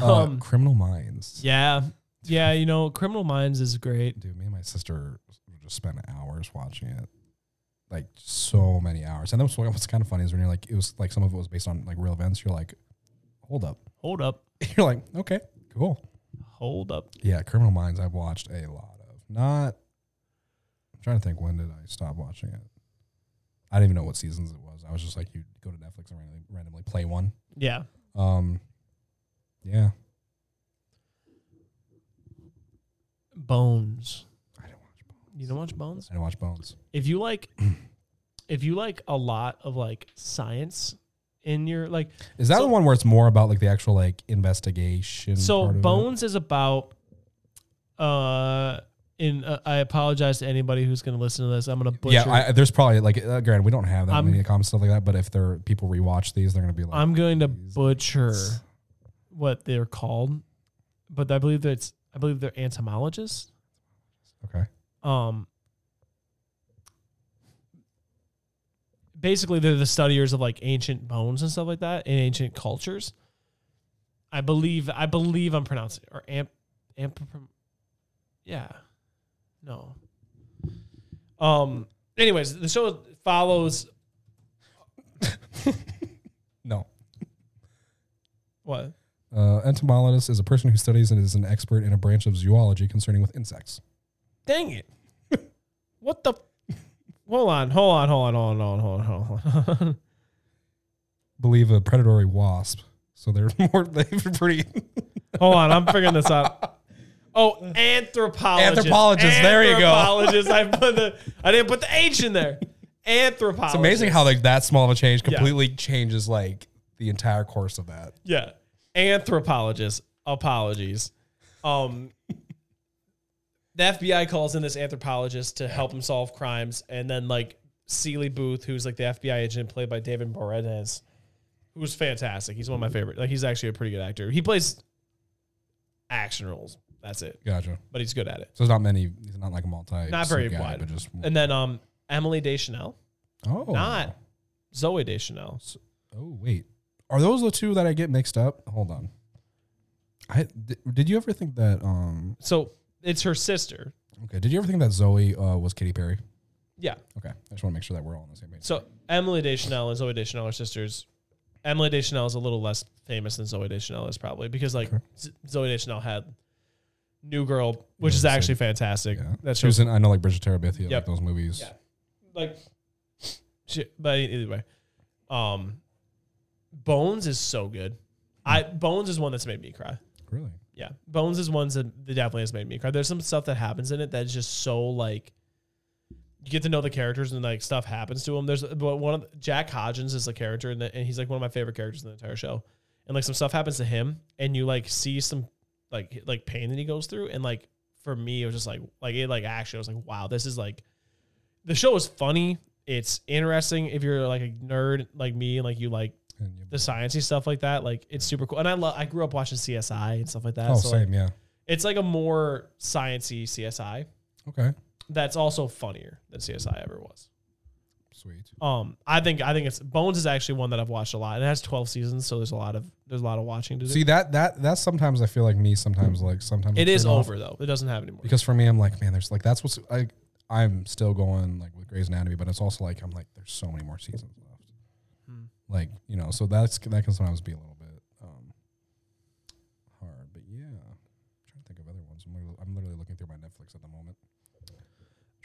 S3: Uh,
S2: um,
S3: Criminal Minds.
S2: yeah, yeah. You know, Criminal Minds is great.
S3: Dude, me and my sister just spent hours watching it, like so many hours. And that was what's kind of funny is when you're like, it was like some of it was based on like real events. You're like, hold up.
S2: Hold up,
S3: You're like, okay, cool.
S2: hold up.
S3: Yeah, Criminal Minds. I've watched a lot of. Not. I'm trying to think. When did I stop watching it? I didn't even know what seasons it was. I was just like, you go to Netflix and randomly, randomly play one.
S2: Yeah,
S3: Um, yeah,
S2: Bones.
S3: I didn't watch. Bones.
S2: You don't watch Bones?
S3: I didn't watch Bones.
S2: if you like if you like a lot of like science in your like
S3: Is that
S2: So-
S3: the one where it's more about like the actual like investigation?
S2: so
S3: part of it?
S2: bones is about uh in uh, i apologize to anybody who's gonna listen to this i'm gonna butcher
S3: Yeah, I, there's probably like uh, granted we don't have that
S2: I'm-
S3: many comments stuff like that, but if there people rewatch these, they're gonna be like,
S2: i'm going to butcher what they're called but i believe that it's i believe they're entomologists
S3: okay,
S2: um basically they're the studiers of like ancient bones and stuff like that in ancient cultures i believe i believe i'm pronouncing or amp amp yeah no um anyways the show follows
S3: no.
S2: what
S3: Uh, entomologist is a person who studies and is an expert in a branch of zoology concerning with insects.
S2: dang it what the hold on hold on hold on hold on hold on hold on, hold on.
S3: Believe a predatory wasp, so they're more they're pretty
S2: Hold on, I'm figuring this out. Oh, anthropologist.
S3: Anthropologist, there you go.
S2: Anthropologist. I put the I didn't put the H in there. Anthropologist.
S3: It's amazing how like that small of a change completely changes like the entire course of that.
S2: Yeah. Anthropologist. Apologies. Um the FBI calls in this anthropologist to help him solve crimes and then like Seeley Booth, who's like the FBI agent played by David Boredes, who's fantastic. He's one of my favorite. Like he's actually a pretty good actor. He plays action roles. That's it.
S3: Gotcha.
S2: But he's good at it.
S3: So there's not many. He's not like a multi.
S2: Not very
S3: guy,
S2: wide.
S3: but just
S2: And then um Emily Deschanel,
S3: oh,
S2: not Zoe Deschanel.
S3: Oh wait, are those the two that I get mixed up? Hold on. I di- did you ever think that? Um.
S2: So it's her sister.
S3: Okay. Did you ever think that Zoe uh, was Katy Perry?
S2: Yeah.
S3: Okay. I just want to make sure that we're all on the same page.
S2: So Emily Deschanel and Zoe Deschanel are sisters. Emily Deschanel is a little less famous than Zoe Deschanel is probably because like Z- Zoe Deschanel had New Girl, which
S3: Yeah,
S2: is
S3: so-
S2: actually fantastic.
S3: Yeah.
S2: That's
S3: she was in. I know like Bridget Terabithia.
S2: Yep.
S3: Like those movies.
S2: Yeah. like shit. But e, either way, um, Bones is so good. I Bones is one that's made me cry.
S3: Really.
S2: Yeah. Bones is ones that that definitely has made me cry. There's some stuff that happens in it that's just so like you get to know the characters and like stuff happens to them. There's uh, but one of the, Jack Hodgins is the character and, and he's like one of my favorite characters in the entire show. And like some stuff happens to him and you like see some like like pain that he goes through and like for me it was just like like it like actually I was like wow this is like the show is funny. It's interesting if you're like a nerd like me and like you like
S3: And you,
S2: the sciencey stuff like that. Like it's super cool. And I love I grew up watching CSI and stuff like that.
S3: oh,
S2: so like,
S3: same. Yeah.
S2: it's like a more sciency CSI
S3: Okay.
S2: that's also funnier than CSI ever was.
S3: Sweet.
S2: Um, I think I think it's Bones is actually one that I've watched a lot. and It has twelve seasons, so there's a lot of there's a lot of watching to do.
S3: See that that that's sometimes I feel like me. Sometimes like sometimes
S2: it
S3: I
S2: is
S3: turn off.
S2: over though; it doesn't have anymore.
S3: because for me, I'm like, man, there's like that's what's like I'm still going like with Grey's Anatomy, but it's also like I'm like there's so many more seasons left.
S2: Hmm.
S3: Like you know, so that's that can sometimes be a little bit um, hard, but yeah. I'm trying to think of other ones. I'm literally, I'm literally looking through my Netflix at the moment.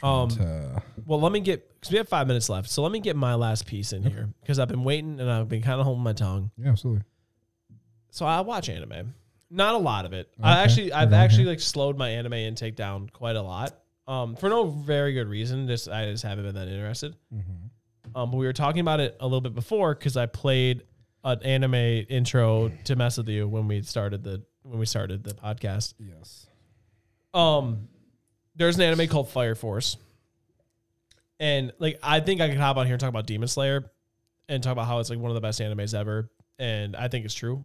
S2: Um,
S3: to-
S2: Well, let me get because we have five minutes left. So let me get my last piece in here because I've been waiting and I've been kind of holding my tongue.
S3: yeah, absolutely.
S2: So I watch anime, not a lot of it.
S3: Okay.
S2: I actually, I've
S3: Okay.
S2: actually like slowed my anime intake down quite a lot, um, for no very good reason. Just I just haven't been that interested.
S3: Mm-hmm.
S2: Um, but we were talking about it a little bit before because I played an anime intro to mess with you when we started the when we started the podcast.
S3: Yes.
S2: Um, there's an anime called Fire Force, and like I think I could hop on here and talk about Demon Slayer, and talk about how it's like one of the best animes ever, and I think it's true.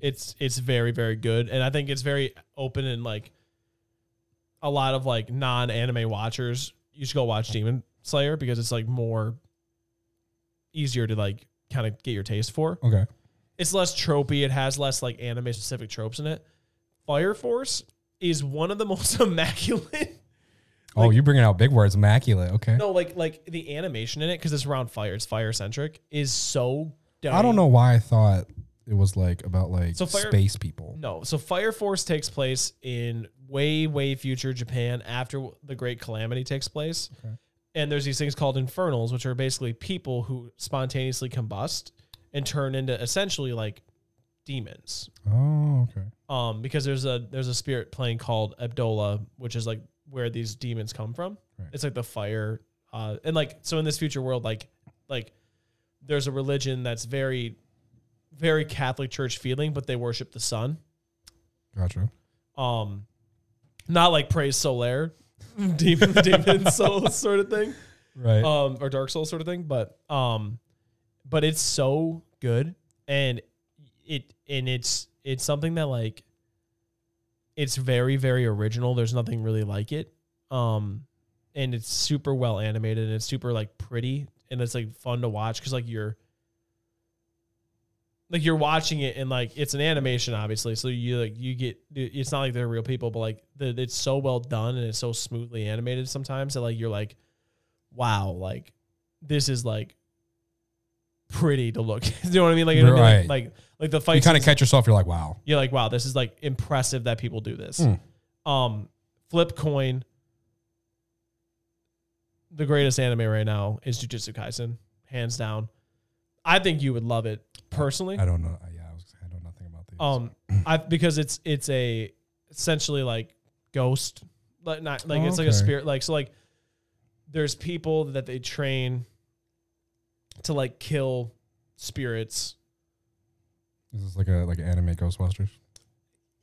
S2: It's it's very very good, and I think it's very open and like a lot of like non anime watchers. You should go watch Demon Slayer because it's like more easier to like kind of get your taste for
S3: Okay.
S2: it's less tropey. It has less like anime specific tropes in it. Fire Force is one of the most immaculate.
S3: oh, you're bringing out big words, immaculate. Okay.
S2: no, like like the animation in it because it's around fire. It's fire centric. Is so.
S3: I
S2: dang-
S3: don't know why I thought it was like about like
S2: So fire-
S3: space people.
S2: No, so Fire Force takes place in way way future Japan after the Great Calamity takes place,
S3: Okay.
S2: and there's these things called infernals, which are basically people who spontaneously combust and turn into essentially like demons.
S3: Oh, okay.
S2: um, because there's a there's a spirit plane called Abdullah, which is like where these demons come from.
S3: Right.
S2: It's like the fire, uh, and like so in this future world, like like there's a religion that's very very Catholic Church feeling, but they worship the sun.
S3: Gotcha.
S2: Um, not like praise Solaire, demon demon soul sort of thing
S3: Right.
S2: um or Dark Souls sort of thing, but um but it's so good and it and it's it's something that like it's very very original. There's nothing really like it. Um and it's super well animated and it's super like pretty and it's like fun to watch cuz like you're like you're watching it and like it's an animation obviously so you like you get it's not like they're real people but like the, it's so well done and it's so smoothly animated sometimes that like you're like wow, like this is like pretty to look. you know what I mean? Like, I mean, like-
S3: Right.
S2: like, like, the
S3: you
S2: fight.
S3: kind of catch yourself. You're like, wow.
S2: You're like, wow, this is like impressive that people do this.
S3: Hmm.
S2: Um, flip coin. The greatest anime right now is Jujutsu Kaisen, hands down. I think you would love it personally.
S3: I don't know. I- Yeah, I, was, I know nothing about these.
S2: Um, I because it's it's a essentially like ghost, like not like it's like a
S3: Okay.
S2: spirit. Like so, like there's people that they train to like kill spirits.
S3: Is this like a like an anime Ghostbusters?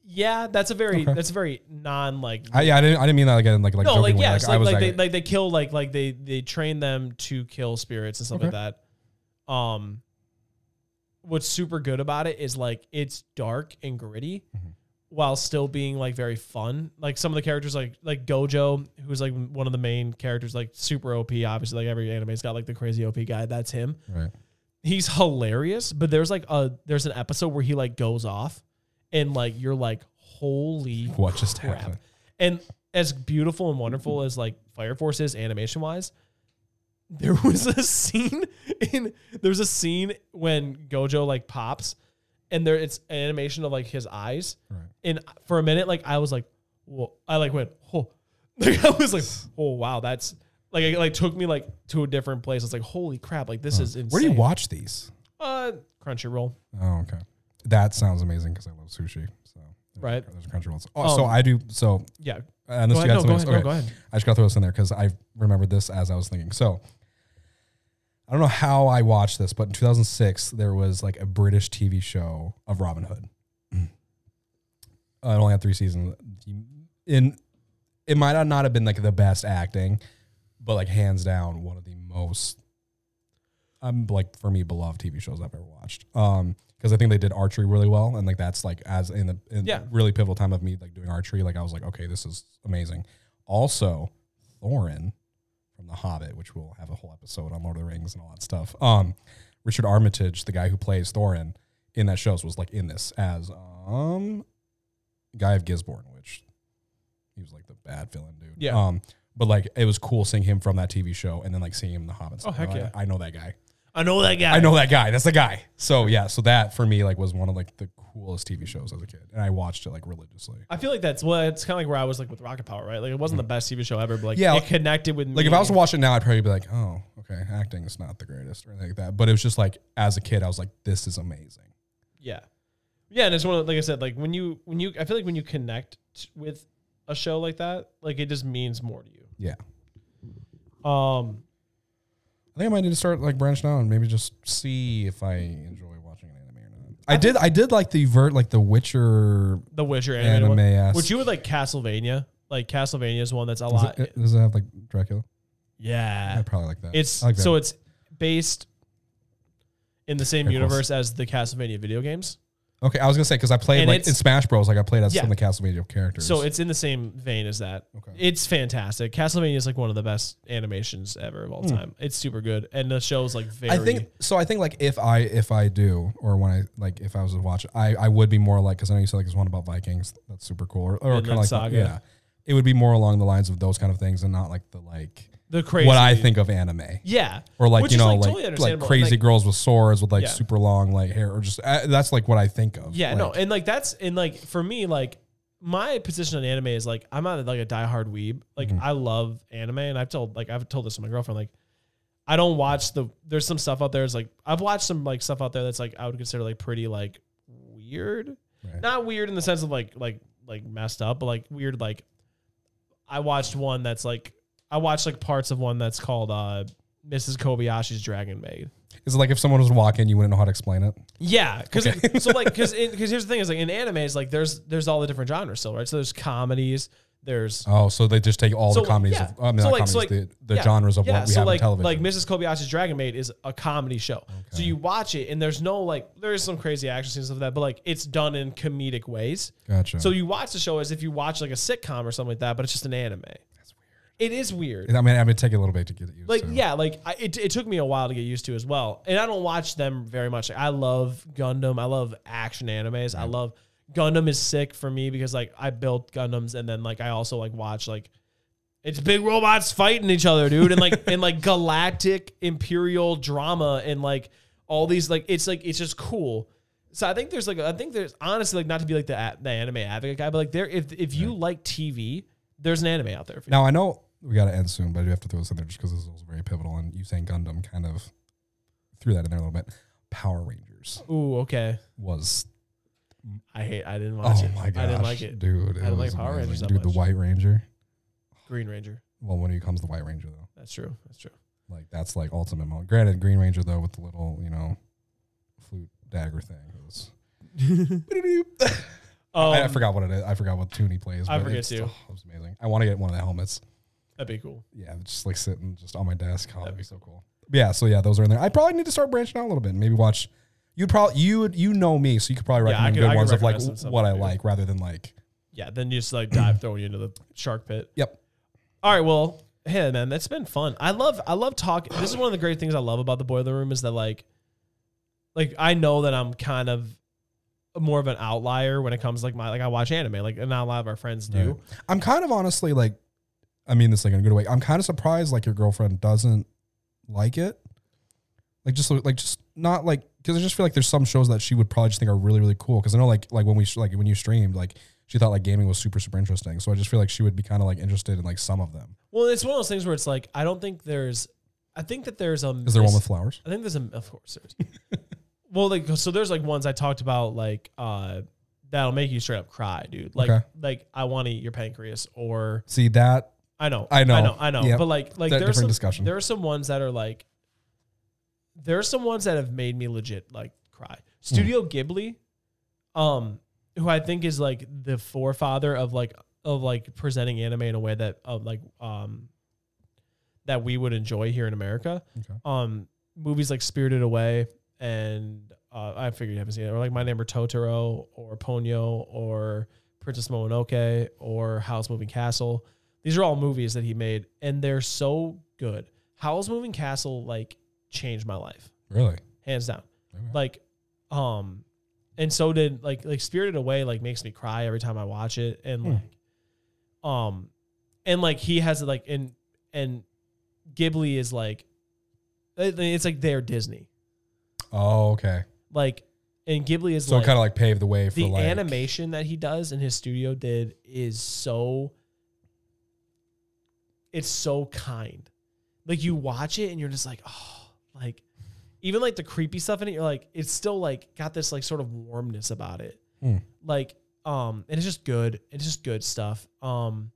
S2: Yeah, that's a very
S3: Okay.
S2: that's a very non like
S3: I, yeah, I didn't. I didn't mean that like in like like
S2: no like
S3: jokingly.
S2: yeah, it's like,
S3: I was
S2: like,
S3: like,
S2: they like they kill like like they they train them to kill spirits and stuff like that. Um, what's super good about it is like it's dark and gritty,
S3: Mhm.
S2: while still being like very fun. Like some of the characters, like like Gojo, who's like one of the main characters, like super OP. Obviously, like every anime's got like the crazy OP guy. That's him
S3: right.
S2: he's hilarious, but there's like a there's an episode where he like goes off and like you're like, holy
S3: What just
S2: crap.
S3: happened?
S2: And as beautiful and wonderful as like Fire Force is animation wise, there was a scene in there's a scene when Gojo like pops and there it's an animation of like his eyes.
S3: Right.
S2: And for a minute, like I was like, whoa, I like went, oh, like I was like, oh wow, that's like it like took me like to a different place. It's like, holy crap, like this is insane.
S3: Where do you watch these?
S2: Uh, Crunchyroll.
S3: Oh, okay. That sounds amazing because I love sushi. So there's-
S2: Right.
S3: There's Crunchyroll. Oh, so
S2: Um,
S3: I do. So
S2: Yeah. Go
S3: unless you
S2: ahead,
S3: got
S2: no,
S3: something
S2: go
S3: else-
S2: ahead, no,
S3: okay.
S2: go ahead.
S3: I just got to throw this in there because I remembered this as I was thinking. So I don't know how I watched this, but in 2006 there was like a British TV show of Robin Hood. Uh, it only had three seasons. In it might not have been like the best acting, but like hands down one of the most um like for me beloved TV shows I've ever watched. Um because I think they did archery really well and like that's like as in the in
S2: Yeah.
S3: really pivotal time of me like doing archery like I was like okay this is amazing. Also Thorin from The Hobbit which we'll have a whole episode on Lord of the Rings and all that stuff. Um Richard Armitage the guy who plays Thorin in that shows was like in this as um guy of Gisborne which he was like the bad villain dude.
S2: Yeah.
S3: Um but like it was cool seeing him from that TV show and then like seeing him in the Hobbit.
S2: Oh, heck
S3: Like,
S2: yeah.
S3: I know that guy.
S2: I know that guy.
S3: I know that guy. That's the guy. So yeah, so that for me like was one of like the coolest TV shows as a kid, and I watched it like religiously.
S2: I feel like that's well, it's kind of like where I was like with Rocket Power, right? Like it wasn't the best TV show ever, but like
S3: Yeah,
S2: it connected with me.
S3: Like if I was to watch it now, I'd probably be like, oh, okay, acting is not the greatest or anything like that. But it was just like as a kid, I was like, this is amazing.
S2: yeah, yeah, and it's one of like I said, like when you when you I feel like when you connect with a show like that, like it just means more to you.
S3: Yeah,
S2: Um,
S3: I think I might need to start like branching out and maybe just see if I enjoy watching an anime or not. I, did. I did like the vert like the Witcher.
S2: The Witcher anime,
S3: Anime-esque.
S2: which you would like Castlevania, like Castlevania is one that's a
S3: Does
S2: lot.
S3: it, uh, does it have like Dracula?
S2: yeah,
S3: I probably like that.
S2: It's
S3: I like that.
S2: so it's based in the same
S3: Very close.
S2: universe as the Castlevania video games.
S3: okay. I was gonna say because I played
S2: And
S3: like
S2: it's-
S3: in Smash Bros. Like I played as
S2: Yeah.
S3: some of the Castlevania characters.
S2: So it's in the same vein as that.
S3: Okay.
S2: It's fantastic. Castlevania is like one of the best animations ever of all time. It's super good, and the show's like very.
S3: Hmm. I think so. I think like if I if I do or when I like if I was to watch, it, I I would be more like because I know you said like there's one about Vikings that's super cool or, or
S2: Inland
S3: kind of like
S2: Saga.
S3: yeah, it would be more along the lines of those kind of things and not like the like
S2: the crazy
S3: what I think of anime
S2: Yeah,
S3: or like
S2: Which
S3: you
S2: is,
S3: know
S2: like,
S3: like
S2: totally
S3: like,
S2: understandable.
S3: crazy
S2: Like,
S3: girls with swords with like
S2: Yeah.
S3: super long like hair or just uh, that's like what I think of.
S2: Yeah,
S3: Like,
S2: no, and like that's and like for me, like my position on anime is like I'm not like a diehard weeb. Like
S3: Mm-hmm.
S2: I love anime, and I've told like I've told this to my girlfriend. Like I don't watch the there's some stuff out there. It's like I've watched some like stuff out there that's like I would consider like pretty like weird,
S3: Right.
S2: not weird in the sense of like like like messed up, but like weird like I watched one that's like I watched like parts of one that's called uh Mrs. Kobayashi's Dragon Maid.
S3: Is it like if someone was walking, you wouldn't know how to explain it?
S2: Yeah, because so like because because here's the thing is like in anime is like there's there's all the different genres still right. So there's comedies, there's
S3: Oh, so they just take all
S2: so
S3: the comedies.
S2: yeah.
S3: Of, I mean,
S2: So,
S3: not
S2: like-
S3: comedies,
S2: so, like,
S3: the, the
S2: yeah,
S3: genres of
S2: yeah,
S3: what we
S2: so
S3: have
S2: like,
S3: on television.
S2: Like Mrs. Kobayashi's Dragon Maid is a comedy show, so you watch it and there's no like there is some crazy action scenes of that, but like it's done in comedic ways.
S3: gotcha.
S2: So you watch the show as if you watch like a sitcom or something like that, but it's just an anime. That's weird. It is weird.
S3: I mean, I would take a little bit to get used
S2: like
S3: to.
S2: yeah like I, it, it took me a while to get used to as well and i don't watch them very much Like, i love gundam i love action animes i love gundam is sick for me because like i built gundams and then like i also like watch like it's big robots fighting each other dude and like and like galactic imperial drama and like all these like it's like it's just cool so I think there's like I think there's honestly like not to be like the a- the anime advocate guy, but like there if if you like TV, there's an anime out there. For you.
S3: Now I know we got to end soon, but I do have to throw this in there just because this was very pivotal. And you saying Gundam kind of threw that in there a little bit. Power Rangers
S2: Ooh, okay.
S3: was
S2: I hate. I didn't watch
S3: oh
S2: it.
S3: my gosh,
S2: I didn't like it.
S3: dude.
S2: I didn't like
S3: was
S2: Power Rangers that
S3: Dude,
S2: much.
S3: the White Ranger.
S2: Green Ranger.
S3: Well, when he becomes the White Ranger though,
S2: That's true. That's true.
S3: like that's like ultimate moment. Granted, Green Ranger though with the little you know flute dagger thing. was-
S2: Um,
S3: I, I forgot what it is. I forgot what tune he plays.
S2: I
S3: but
S2: forget
S3: it's-
S2: too.
S3: oh, it was amazing. I want to get one of the helmets.
S2: That'd be cool.
S3: yeah, just like sitting just on my desk. Oh, that'd be so cool. Yeah, so yeah, those are in there. I probably need to start branching out a little bit. Maybe watch. You'd probably you would you know me, so you could probably
S2: Yeah, I
S3: recommend
S2: could- I
S3: good
S2: could
S3: ones of like
S2: recommend some stuff
S3: what I
S2: too.
S3: like rather than like.
S2: Yeah. Then you just like dive throwing you into the shark pit.
S3: Yep.
S2: All right. Well, hey man, that's been fun. I love I love talking. This is one of the great things I love about the boiler room is that like, like I know that I'm kind of more of an outlier when it comes like my like I watch anime like not a lot of our friends do.
S3: I'm kind of honestly like, I mean this like in a good way. I'm kind of surprised like your girlfriend doesn't like it. Like just like just not like because I just feel like there's some shows that she would probably just think are really really cool. Because I know like like when we like when you streamed like she thought like gaming was super super interesting. So I just feel like she would be kind of like interested in like some of them.
S2: Well, it's one of those things where it's like I don't think there's. I think that there's a
S3: Is there one
S2: mis-
S3: with flowers?
S2: I think there's a of course there's. well, like so there's like ones I talked about like uh that'll make you straight up cry, dude. Like
S3: Okay.
S2: like I want to eat your pancreas or
S3: See that
S2: I know
S3: I know.
S2: I know I know.
S3: Yep.
S2: But like like
S3: That
S2: there's
S3: different
S2: some
S3: discussion.
S2: there are some ones that are like there are some ones that have made me legit like cry.
S3: Hmm.
S2: Studio Ghibli, um, who I think is like the forefather of like of like presenting anime in a way that of like um that we would enjoy here in America.
S3: Okay.
S2: Um, movies like Spirited Away and uh, I figured you haven't seen it, or like My Neighbor Totoro, or Ponyo, or Princess Mononoke, or House Moving Castle. These are all movies that he made, and they're so good. Howl's Moving Castle like changed my life,
S3: really.
S2: hands down. Like, um, and so did like like Spirited Away. Like makes me cry every time I watch it, and
S3: Hmm.
S2: like, um, and like he has like and and Ghibli is like It- It's like they're Disney.
S3: Oh, okay.
S2: Like, and Ghibli is
S3: So
S2: like
S3: kind of like paved the way for
S2: the
S3: like
S2: animation that he does and his studio did is so. It's so kind. Like you watch it and you're just like, oh, like even like the creepy stuff in it, you're like, it's still like got this like sort of warmness about it.
S3: Hmm.
S2: Like, um, and it's just good. It's just good stuff. Um,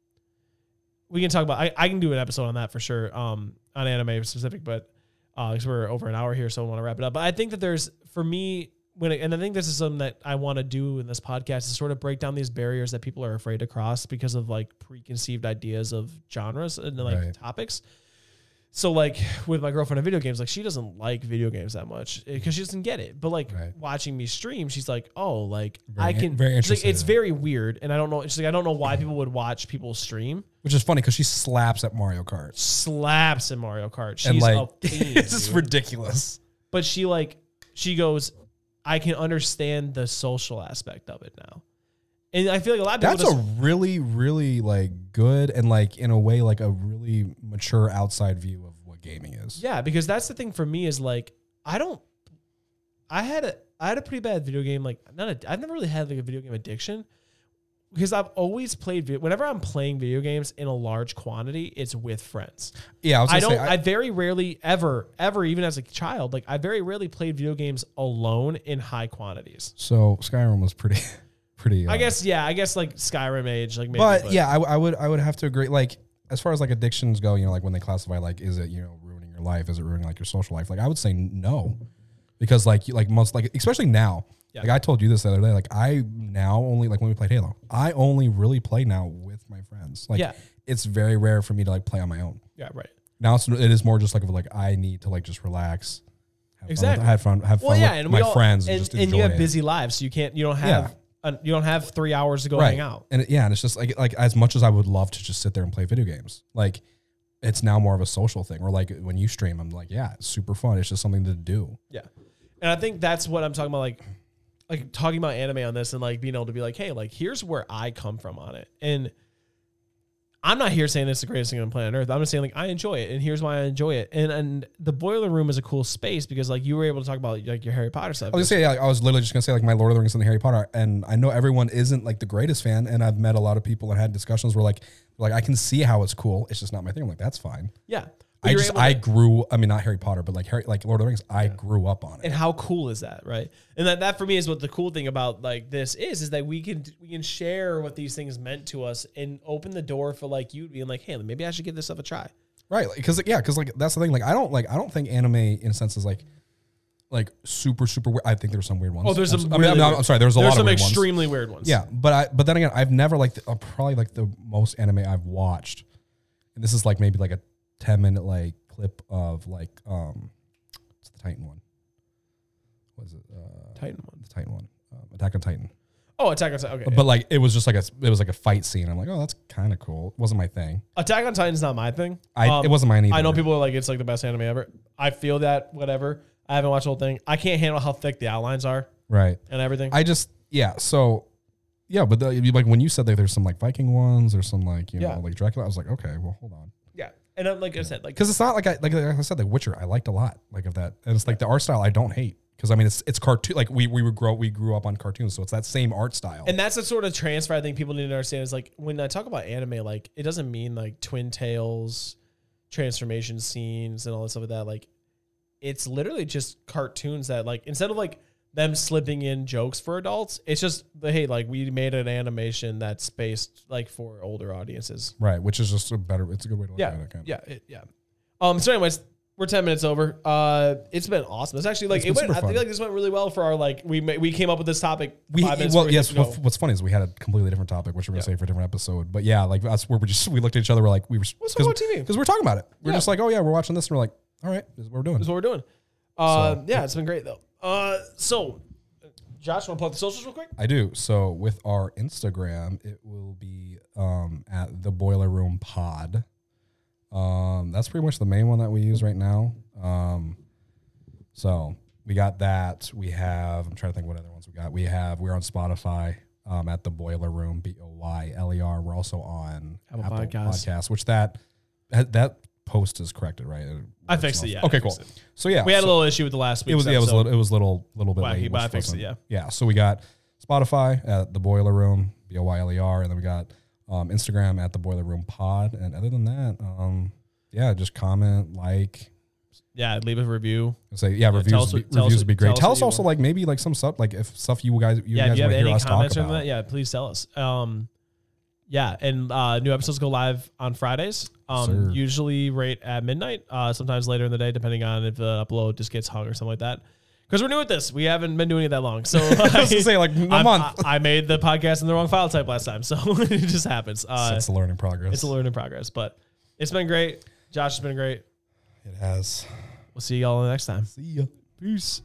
S2: we can talk about I, I can do an episode on that for sure um on anime specific but because we're over an hour here so i want to wrap it up but i think that there's for me when it, and i think this is something that i want to do in this podcast is sort of break down these barriers that people are afraid to cross because of like preconceived ideas of genres and like
S3: Right.
S2: topics so like with my girlfriend on video games like she doesn't like video games that much because she doesn't get it but like
S3: Right.
S2: watching me stream she's like oh like
S3: Very
S2: i
S3: in-
S2: can
S3: very
S2: she's like,
S3: interested
S2: it's
S3: in it.
S2: very weird and i don't know she's like i don't know why people would watch people stream
S3: which is funny because she slaps at Mario Kart.
S2: slaps in Mario Kart. She's
S3: and like
S2: a fiend,
S3: it's just
S2: dude.
S3: ridiculous.
S2: but she like she goes, I can understand the social aspect of it now, and I feel like a lot of people.
S3: That's a
S2: just-
S3: really, really like good and like in a way like a really mature outside view of what gaming is.
S2: yeah, because that's the thing for me is like I don't, I had a I had a pretty bad video game like not a, I've never really had like a video game addiction. Because I've always played video. Whenever I'm playing video games in a large quantity, it's with friends.
S3: Yeah, I was
S2: I
S3: gonna
S2: don't.
S3: say
S2: I, very rarely ever, ever, even as a child, like I very rarely played video games alone in high quantities.
S3: so Skyrim was pretty pretty
S2: I
S3: uh,
S2: guess yeah. I guess like Skyrim age, like maybe.
S3: but, yeah, I, w- I would I would have to agree. Like as far as like addictions go, you know, like when they classify like is it you know ruining your life, is it ruining like your social life? Like I would say no, because like you- like most like especially now.
S2: Yeah.
S3: Like I told you this the other day. Like I now only like when we played Halo, I only really play now with my friends. Like
S2: Yeah.
S3: it's very rare for me to like play on my own.
S2: yeah, right.
S3: Now it's, it is more just like of like I need to like just relax. Have Fun
S2: Exactly.
S3: with, have fun. Have
S2: Well,
S3: fun
S2: yeah,
S3: with
S2: and
S3: my
S2: we all,
S3: friends
S2: and,
S3: and, just
S2: and
S3: enjoy
S2: you have
S3: it.
S2: busy lives, so you can't. You don't have. Uh, you don't have three hours to go hang out.
S3: And it- yeah, and it's just like like as much as I would love to just sit there and play video games, like it's now more of a social thing. Or like when you stream, I'm like, yeah, it's super fun. It's just something to do.
S2: Yeah, and I think that's what I'm talking about. Like, like talking about anime on this and like being able to be like, hey, like here's where I come from on it. And I'm not here saying this is the greatest thing on planet Earth. I'm just saying like I enjoy it, and here's why I enjoy it. And and the boiler room is a cool space because like you were able to talk about like your Harry Potter stuff.
S3: I was gonna say, yeah, like, I was literally just gonna say like my Lord of the Rings and Harry Potter, and I know everyone isn't like the greatest fan, and I've met a lot of people and had discussions where like like I can see how it's cool. It's just not my thing. I'm like, that's fine.
S2: yeah, But
S3: I
S2: you're
S3: just
S2: able to-
S3: I grew. I mean, not Harry Potter, but like Harry, like Lord of the Rings. I grew up on it.
S2: and how cool is that right and that, that for me is what the cool thing about like this is is that we can we can share what these things meant to us and open the door for like you being like hey maybe i should give this stuff a try
S3: Right, because yeah, because like that's the thing. Like I don't like I don't think anime in a sense is like like super super weird. I think there's some weird ones.
S2: oh there's
S3: I'm,
S2: some
S3: so- I mean, I'm, I'm sorry, there's a lot
S2: some
S3: of weird ones.
S2: extremely weird ones
S3: Yeah, but I but then again, I've never like uh, probably like the most anime I've watched, and this is like maybe like a ten minute like clip of like um, it's the Titan one. Was it uh,
S2: titan one.
S3: the Titan one? Um, Attack on Titan.
S2: Oh, attack on titan okay
S3: But like it was just like a it was like a fight scene. I'm like, oh, that's kind of cool. It wasn't my thing.
S2: attack on titan's not my thing
S3: I
S2: Um,
S3: it wasn't mine either.
S2: i know people are like it's like the best anime ever i feel that whatever i haven't watched the whole thing i can't handle how thick the outlines are
S3: right.
S2: and everything
S3: I just yeah. So yeah, but the, like when you said that there's some like Viking ones or some like you
S2: Yeah.
S3: know like Dracula, I was like okay, well hold on,
S2: yeah and I'm, like i said like
S3: because it's not like I like, I said like Witcher I liked a lot like of that, and it's like the art style I don't hate because I mean it's it's cartoon like we we would grow we grew up on cartoons, so it's that same art style.
S2: And that's the sort of transfer I think people need to understand is like when I talk about anime, like it doesn't mean like Twin Tails, transformation scenes, and all that stuff like that. Like it's literally just cartoons that like instead of like them slipping in jokes for adults, it's just the hey, like we made an animation that's based like for older audiences.
S3: Right, which is just a better. It's a good way to look
S2: Yeah,
S3: at it. Kind of.
S2: yeah, it- yeah. Um. So, anyways, we're ten minutes over. Uh, it's been awesome. It's actually like
S3: It's
S2: it went.
S3: been super
S2: I feel
S3: fun.
S2: like this went really well for our like we ma- we came up with this topic.
S3: We,
S2: five minutes
S3: well,
S2: before we
S3: yes.
S2: hit go.
S3: What, what's funny is we had a completely different topic, which we were
S2: Yeah.
S3: gonna say for a different episode. But yeah, like us, we were just we looked at each other, we're like, we were
S2: Let's talk about TV.
S3: because we're talking about it. We're
S2: Yeah.
S3: just like, oh yeah, we're watching this, and we're like, all right, this is what we're doing.
S2: is what we're doing. Uh,
S3: So-
S2: yeah, it's been great though. Uh, so, Josh, want to plug the socials real quick?
S3: I do. So with our Instagram, it will be um, at the Boiler Room Pod. Um, that's pretty much the main one that we use right now. Um, so we got that. We have. I'm trying to think what other ones we got. We have. We're on Spotify um, at the Boiler Room B O Y L E R. We're also on
S2: Apple
S3: Apple
S2: Podcasts.
S3: Podcasts, which that that post is corrected, right? It
S2: I
S3: works
S2: fixed
S3: and
S2: it,
S3: all-
S2: yeah, I
S3: Okay.
S2: fixed
S3: Cool. So yeah,
S2: We had
S3: so
S2: a little issue with the last week.
S3: It was yeah, it was a little, it was little little bit
S2: Wacky,
S3: late.
S2: but I
S3: which
S2: fixed it,
S3: wasn't- Yeah. So we got Spotify at the Boiler Room B O Y L E R, and then we got um, Instagram at the Boiler Room Pod. And other than that, um, yeah, just comment, like,
S2: yeah, leave a review.
S3: and say yeah, reviews
S2: us
S3: would
S2: what-
S3: be,
S2: tell us
S3: reviews
S2: what-
S3: would be
S2: tell
S3: great.
S2: us
S3: Tell
S2: what
S3: us
S2: you
S3: also
S2: want.
S3: like maybe like some stuff like if stuff you guys you
S2: Yeah, if
S3: guys
S2: you have
S3: want to hear
S2: any
S3: us talk
S2: comments or
S3: about.
S2: anything, yeah, please tell us. Um, yeah, and uh, new episodes go live on Fridays. Um,
S3: Sir.
S2: usually right at midnight. Uh, sometimes later in the day, depending on if the upload just gets hung or something like that. Because we're new at this, we haven't been doing it that long. So
S3: I was gonna say like a
S2: I'm-
S3: month.
S2: I, I made the podcast in the wrong file type last time, so it just happens. Uh,
S3: it's a learning progress.
S2: it's a learn in progress, but it's been great. Josh has been great.
S3: It has.
S2: We'll see y'all next time.
S3: See ya. Peace.